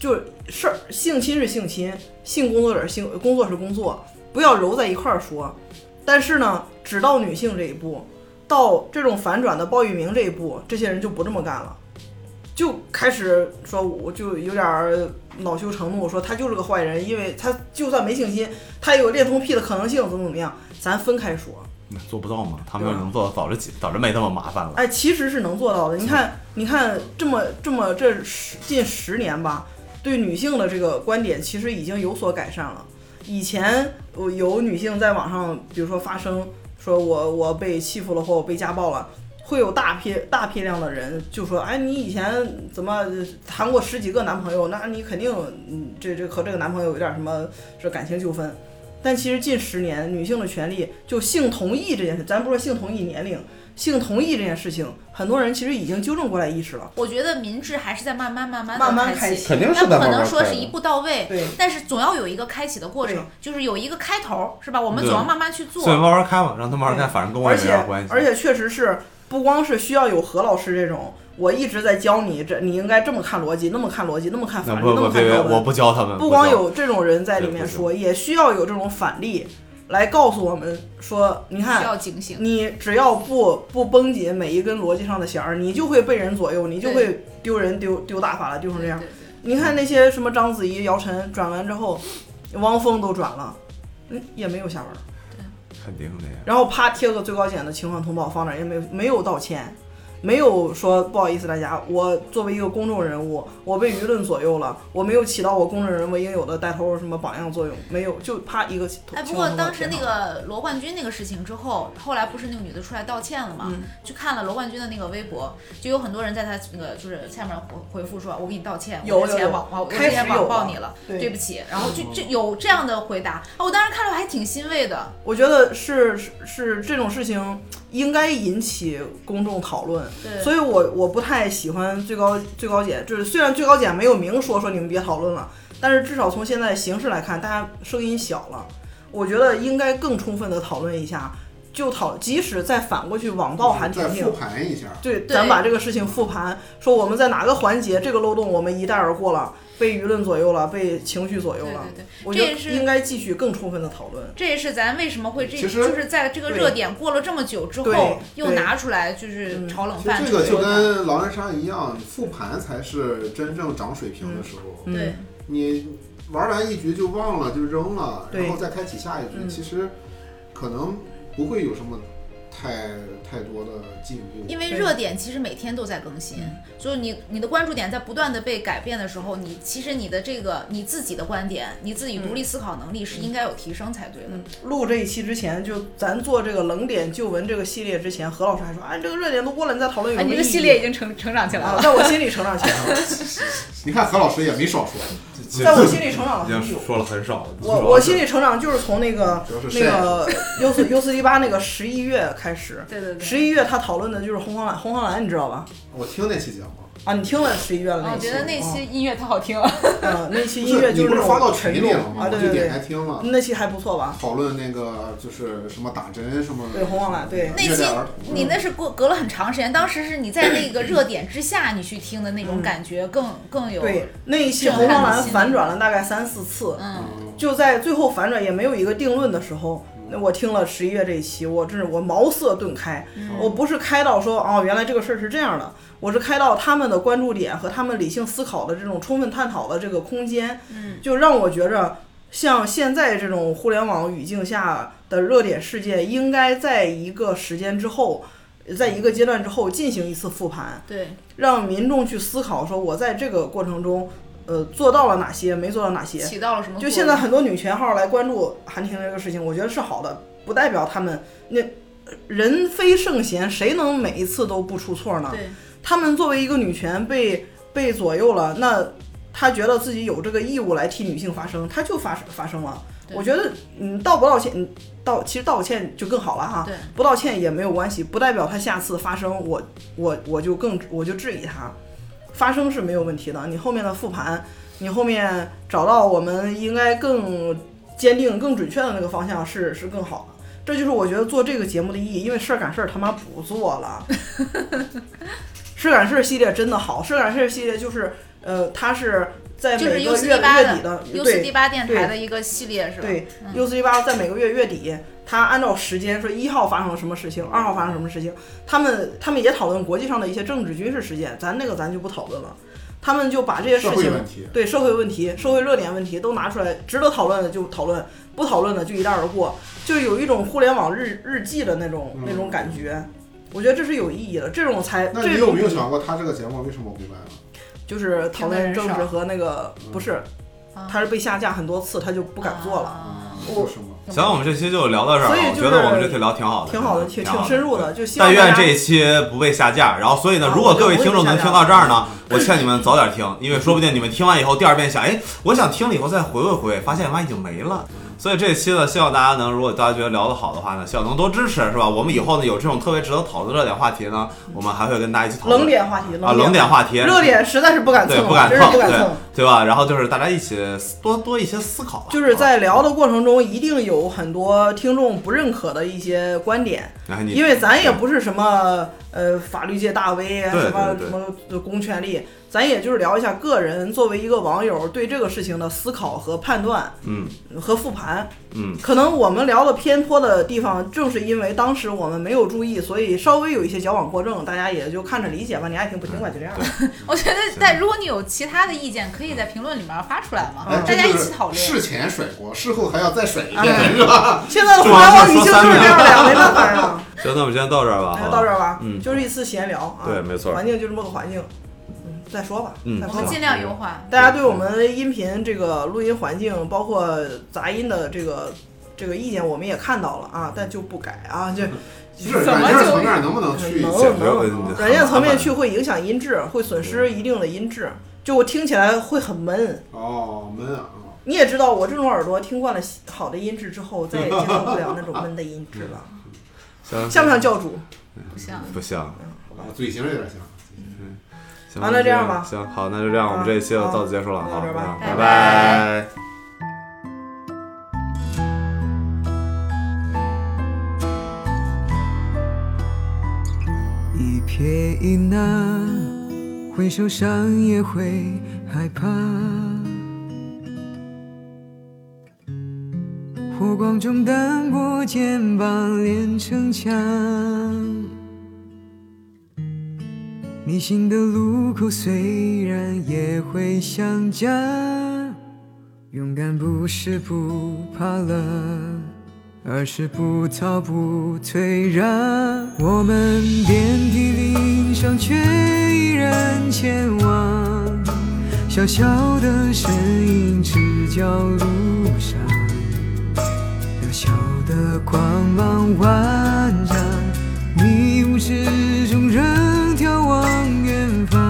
就事儿性侵是性侵，性工作者是性工作是工作，不要揉在一块儿说。但是呢，只到女性这一步，到这种反转的鲍玉明这一步，这些人就不这么干了，就开始说，我就有点儿恼羞成怒，说他就是个坏人，因为他就算没性侵，他也有恋童癖的可能性，怎么怎么样，咱分开说。那做不到嘛？他们要能做到，早就解早就没那么麻烦了。哎，其实是能做到的。你看，你看这么这么这十近十年吧，对女性的这个观点其实已经有所改善了。以前呃有女性在网上，比如说发声，说我我被欺负了或我被家暴了，会有大批大批量的人就说，哎，你以前怎么谈过十几个男朋友？那你肯定嗯这这和这个男朋友有点什么是感情纠纷。但其实近十年女性的权利，就性同意这件事，咱不说性同意年龄，性同意这件事情，很多人其实已经纠正过来意识了。我觉得民智还是在慢慢慢慢地慢慢开开启启肯定那是在不可慢慢能说开是的一步到位，对但是总要有一个开启的过程对，就是有一个开头，是吧？我们对总要慢慢去所以做。慢慢开嘛，让他慢慢开，对反正跟我而也没且啥关系。而且确实是，不光是需要有何老师这种，我一直在教你这，你应该这么看逻辑，那么看逻辑，那么看那法律，不那不么别看别，条我文。不教他们。不光教有这种人在里面说，也需要有这种反例来告诉我们说，你需看要警醒，你只要不不绷紧每一根逻辑上的弦儿，你就会被人左右，你就对会丢人丢丢大发了，丢成这样对。对对你看那些什么章子怡、姚晨转完之后，汪峰都转了，嗯，也没有下文儿。肯定的呀。然后啪贴个最高检的情况通报放那儿，也没有没有道歉，没有说不好意思大家，我作为一个公众人物，我被舆论左右了，我没有起到我公众人物应有的带头什么榜样作用，没有，就啪一个情哎，况不通过报贴上。当时那个罗冠军那个事情之后，后来不是那个女的出来道歉了嘛？嗯去看了罗冠军的那个微博，就有很多人在他那个就是下面回回复说：“我给你道歉，有我之有前有网网我之开前始网有暴了你了，对不起。”然后就哦就有这样的回答啊，我当时看了还挺欣慰的。我觉得是是是这种事情应该引起公众讨论，对，所以我我不太喜欢最高最高检，就是虽然最高检没有明说说你们别讨论了，但是至少从现在形式来看，大家声音小了，我觉得应该更充分的讨论一下，就讨即使再反过去网暴韩嗯再嗯婷复婷。盘一下，对，对咱把这个事情复盘，说我们在哪个环节这个漏洞我们一带而过了，被舆论左右了，被情绪左右对了，对对，我这觉也是得应该继续更充分的讨论。这也是咱为什么会这其实就是在这个对热点过了这么久之对后，又对拿出来就是嗯炒冷其实饭这吃。个就跟狼人杀一样，复盘才是真正涨水平的时候。嗯对，你玩完一局就忘了，就扔了，对然后再开启下一局，嗯其实可能不会有什么太太多的进步。因为对热点其实每天都在更新，所以你你的关注点在不断的被改变的时候，你其实你的这个你自己的观点，你自己独立思考能力是应该有提升才对的。嗯，录这一期之前，就咱做这个冷点旧闻这个系列之前，何老师还说，哎，这个热点都过了，你再讨论有哎，什你么这意义？个系列已经成成长起来 啊，了。在我心里成长起来了， 你看何老师也没少说，在我心里成长了已经很久。说了很少了。我我心里成长就是从那个主要是那晒。个 U 四 U 四 D 八那个十一月开始，对对对，十一月他讨论的就是红黄蓝，红黄蓝你知道吧？我听那期节目，啊，你听了十一月了我那期？哦觉得那哦期音乐太好听了， 嗯，那期不音乐你就不那是种发到沉群里重了吗？啊，对我就对点对开，听了，那期还不错吧？讨论那个就是什么打针什么对红黄蓝对那虐期待儿童你那是过隔了很长时间，当时是你在那个热点之下你去听的那种感觉更更有，对，那一期震红撼黄的蓝心反理转了大概三四次，嗯，就在最后反转也没有一个定论的时候，那我听了十一月这一期，我真是我茅塞顿开。我不是开到说哦，原来这个事儿是这样的，我是开到他们的关注点和他们理性思考的这种充分探讨的这个空间，嗯，就让我觉着。像现在这种互联网语境下的热点事件，应该在一个时间之后，在一个阶段之后进行一次复盘，对，让民众去思考，说我在这个过程中，呃，做到了哪些，没做到哪些，起到了什么作就用？现在很多女权号来关注韩婷这个事情，我觉得是好的，不代表他们那呃人非圣贤，谁能每一次都不出错呢？对，他们作为一个女权被被左右了，那她觉得自己有这个义务来替女性发声，她就发声发声了。对我觉得，嗯，道不道歉，嗯道其实道歉就更好了哈对，不道歉也没有关系，不代表她下次发声，我我我就更我就质疑她，发声是没有问题的，你后面的复盘，你后面找到我们应该更坚定、更准确的那个方向是是更好的。这就是我觉得做这个节目的意义，因为事儿赶事儿他妈不做 了。事儿赶事儿系列真的好，事儿赶事儿系列就是呃，它是在就是每 U 个四月 D 八月的底的 U 四对 D 八电台的一个系列是吧？对嗯 U 四一八在每个月月底，他按照时间说一号发生了什么事情，二号发生什么事情，他们他们也讨论国际上的一些政治军事事件，咱那个咱就不讨论了。他们就把这些事社会情问题，对社会问题、社会热点问题都拿出来，值得讨论的就讨论，不讨论的就一带而过，就有一种互联网日日记的那种那种感觉。我觉得这是有意义的，这种才嗯那这你种有没有想过他这个节目为什么不啊卖了？就是讨论政治和那个嗯不是，啊他是被下架很多次，他就不敢做了，啊我为什么？行，我们这期就聊到这儿所以了。我就觉得是我们这期聊挺好的，挺好的，挺挺挺深入的，就希望但大愿家这一期不被下架。然后，所以呢啊，如果我觉得各位不会听众被能下听架到这儿呢，我劝你们早点听，因为说不定你们听完以后，第二遍想，哎，我想听了以后再回味回味，发现妈已经没了。所以这一期呢，希望大家能，如果大家觉得聊得好的话呢，希望能多支持，是吧？我们以后呢有这种特别值得讨论热点话题呢，我们还会跟大家一起讨论冷点话题啊，冷点话题，热点实在是不敢对蹭，不敢真是蹭，不敢对蹭。对吧？然后就是大家一起多多一些思考吧，就是在聊的过程中，一定有很多听众不认可的一些观点，然哎后你因为咱也不是什么呃法律界大 V 啊，对什么对对什么公权力，咱也就是聊一下个人作为一个网友对这个事情的思考和判断嗯和复盘。嗯，可能我们聊的偏颇的地方，正是因为当时我们没有注意，所以稍微有一些矫枉过正，大家也就看着理解吧，你爱听不听吧，就这样。我觉得，但如果你有其他的意见，可以在评论里面发出来啊嘛，哎，大这家就一是起讨论。事前甩锅，事后还要再甩一遍，哎是吧？现在的互联网语境就是这样的呀，没办法呀。行，那我们先到这儿吧，那 好就吧到这儿吧，嗯就是一次闲聊啊，对没错环境就这么个环境，嗯，再说吧，嗯再我说们吧尽。量优化。大家对我们音频这个录音环境，包括杂音的这个这个意见，我们也看到了啊，但就不改啊， 就就是怎么软件就层面能不能去能解决能问题？软件层面去会影响音质，会损失一定的音质，就我听起来会很闷。哦，闷啊！你也知道，我这种耳朵听惯了好的音质之后，再也接受不了那种闷的音质了。行像不像教主？不行，不行，啊，嘴型有点像。行啊那这样吧行，好，那就这样，我们这一期就到此结束了，啊好，到这儿吧啊拜拜拜拜。一撇一捺，会受伤也会害怕。火光中单薄肩膀连城墙，迷信的路口虽然也会想家，勇敢不是不怕了。而是不逃不退让。我们遍体鳞伤，却依然前往。小小的身影，直角路上，渺小的光芒万丈，迷雾之中仍眺望远方。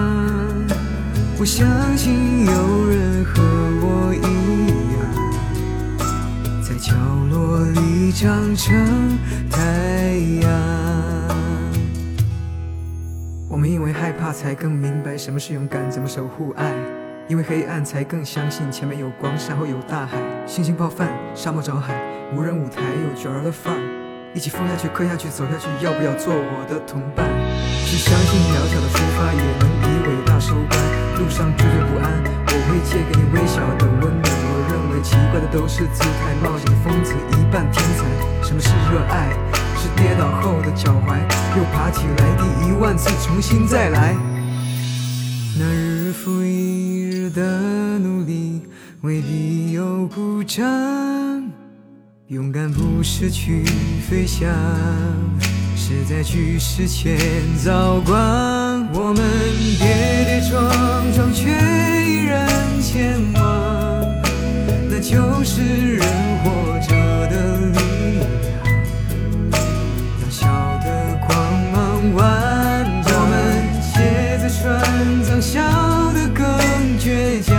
我相信有人和我一样。在角落里长成太阳。我们们因为害怕才更明白什么是勇敢，怎么守护爱。因为黑暗才更相信前面有光，山后有大海。星星泡饭，沙漠找海，无人舞台有角儿的范儿。一起疯下去，磕下去，走下去，要不要做我的同伴？去相信渺小的出发也能以伟大收官。路上惴惴不安，我会借给你微笑的温暖。我认为奇怪的都是姿态，冒险的疯子一半天才。什么是热爱？是跌倒后的脚踝，又爬起来第一万次，重新再来。那日复一日的努力，未必有鼓掌。勇敢不是去飞翔，是在巨石前找光。我们跌跌撞撞，却依然前往，那就是人活着的力量。渺小的光芒万丈，我们鞋子穿脏，笑得更倔强，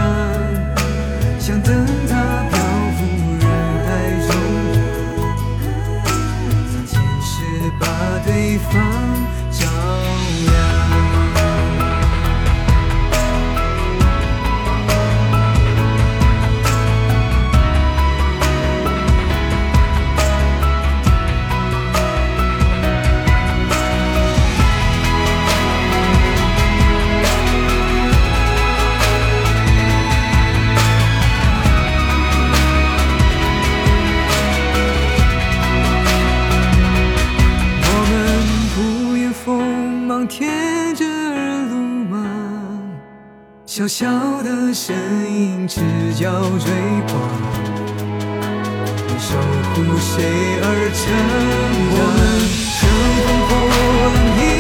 想等它漂浮人海中央，擦肩时把对方照亮。我们不愿锋芒贴着路芒，小小的身影赤脚追光，为守护谁而成长？乘风破浪一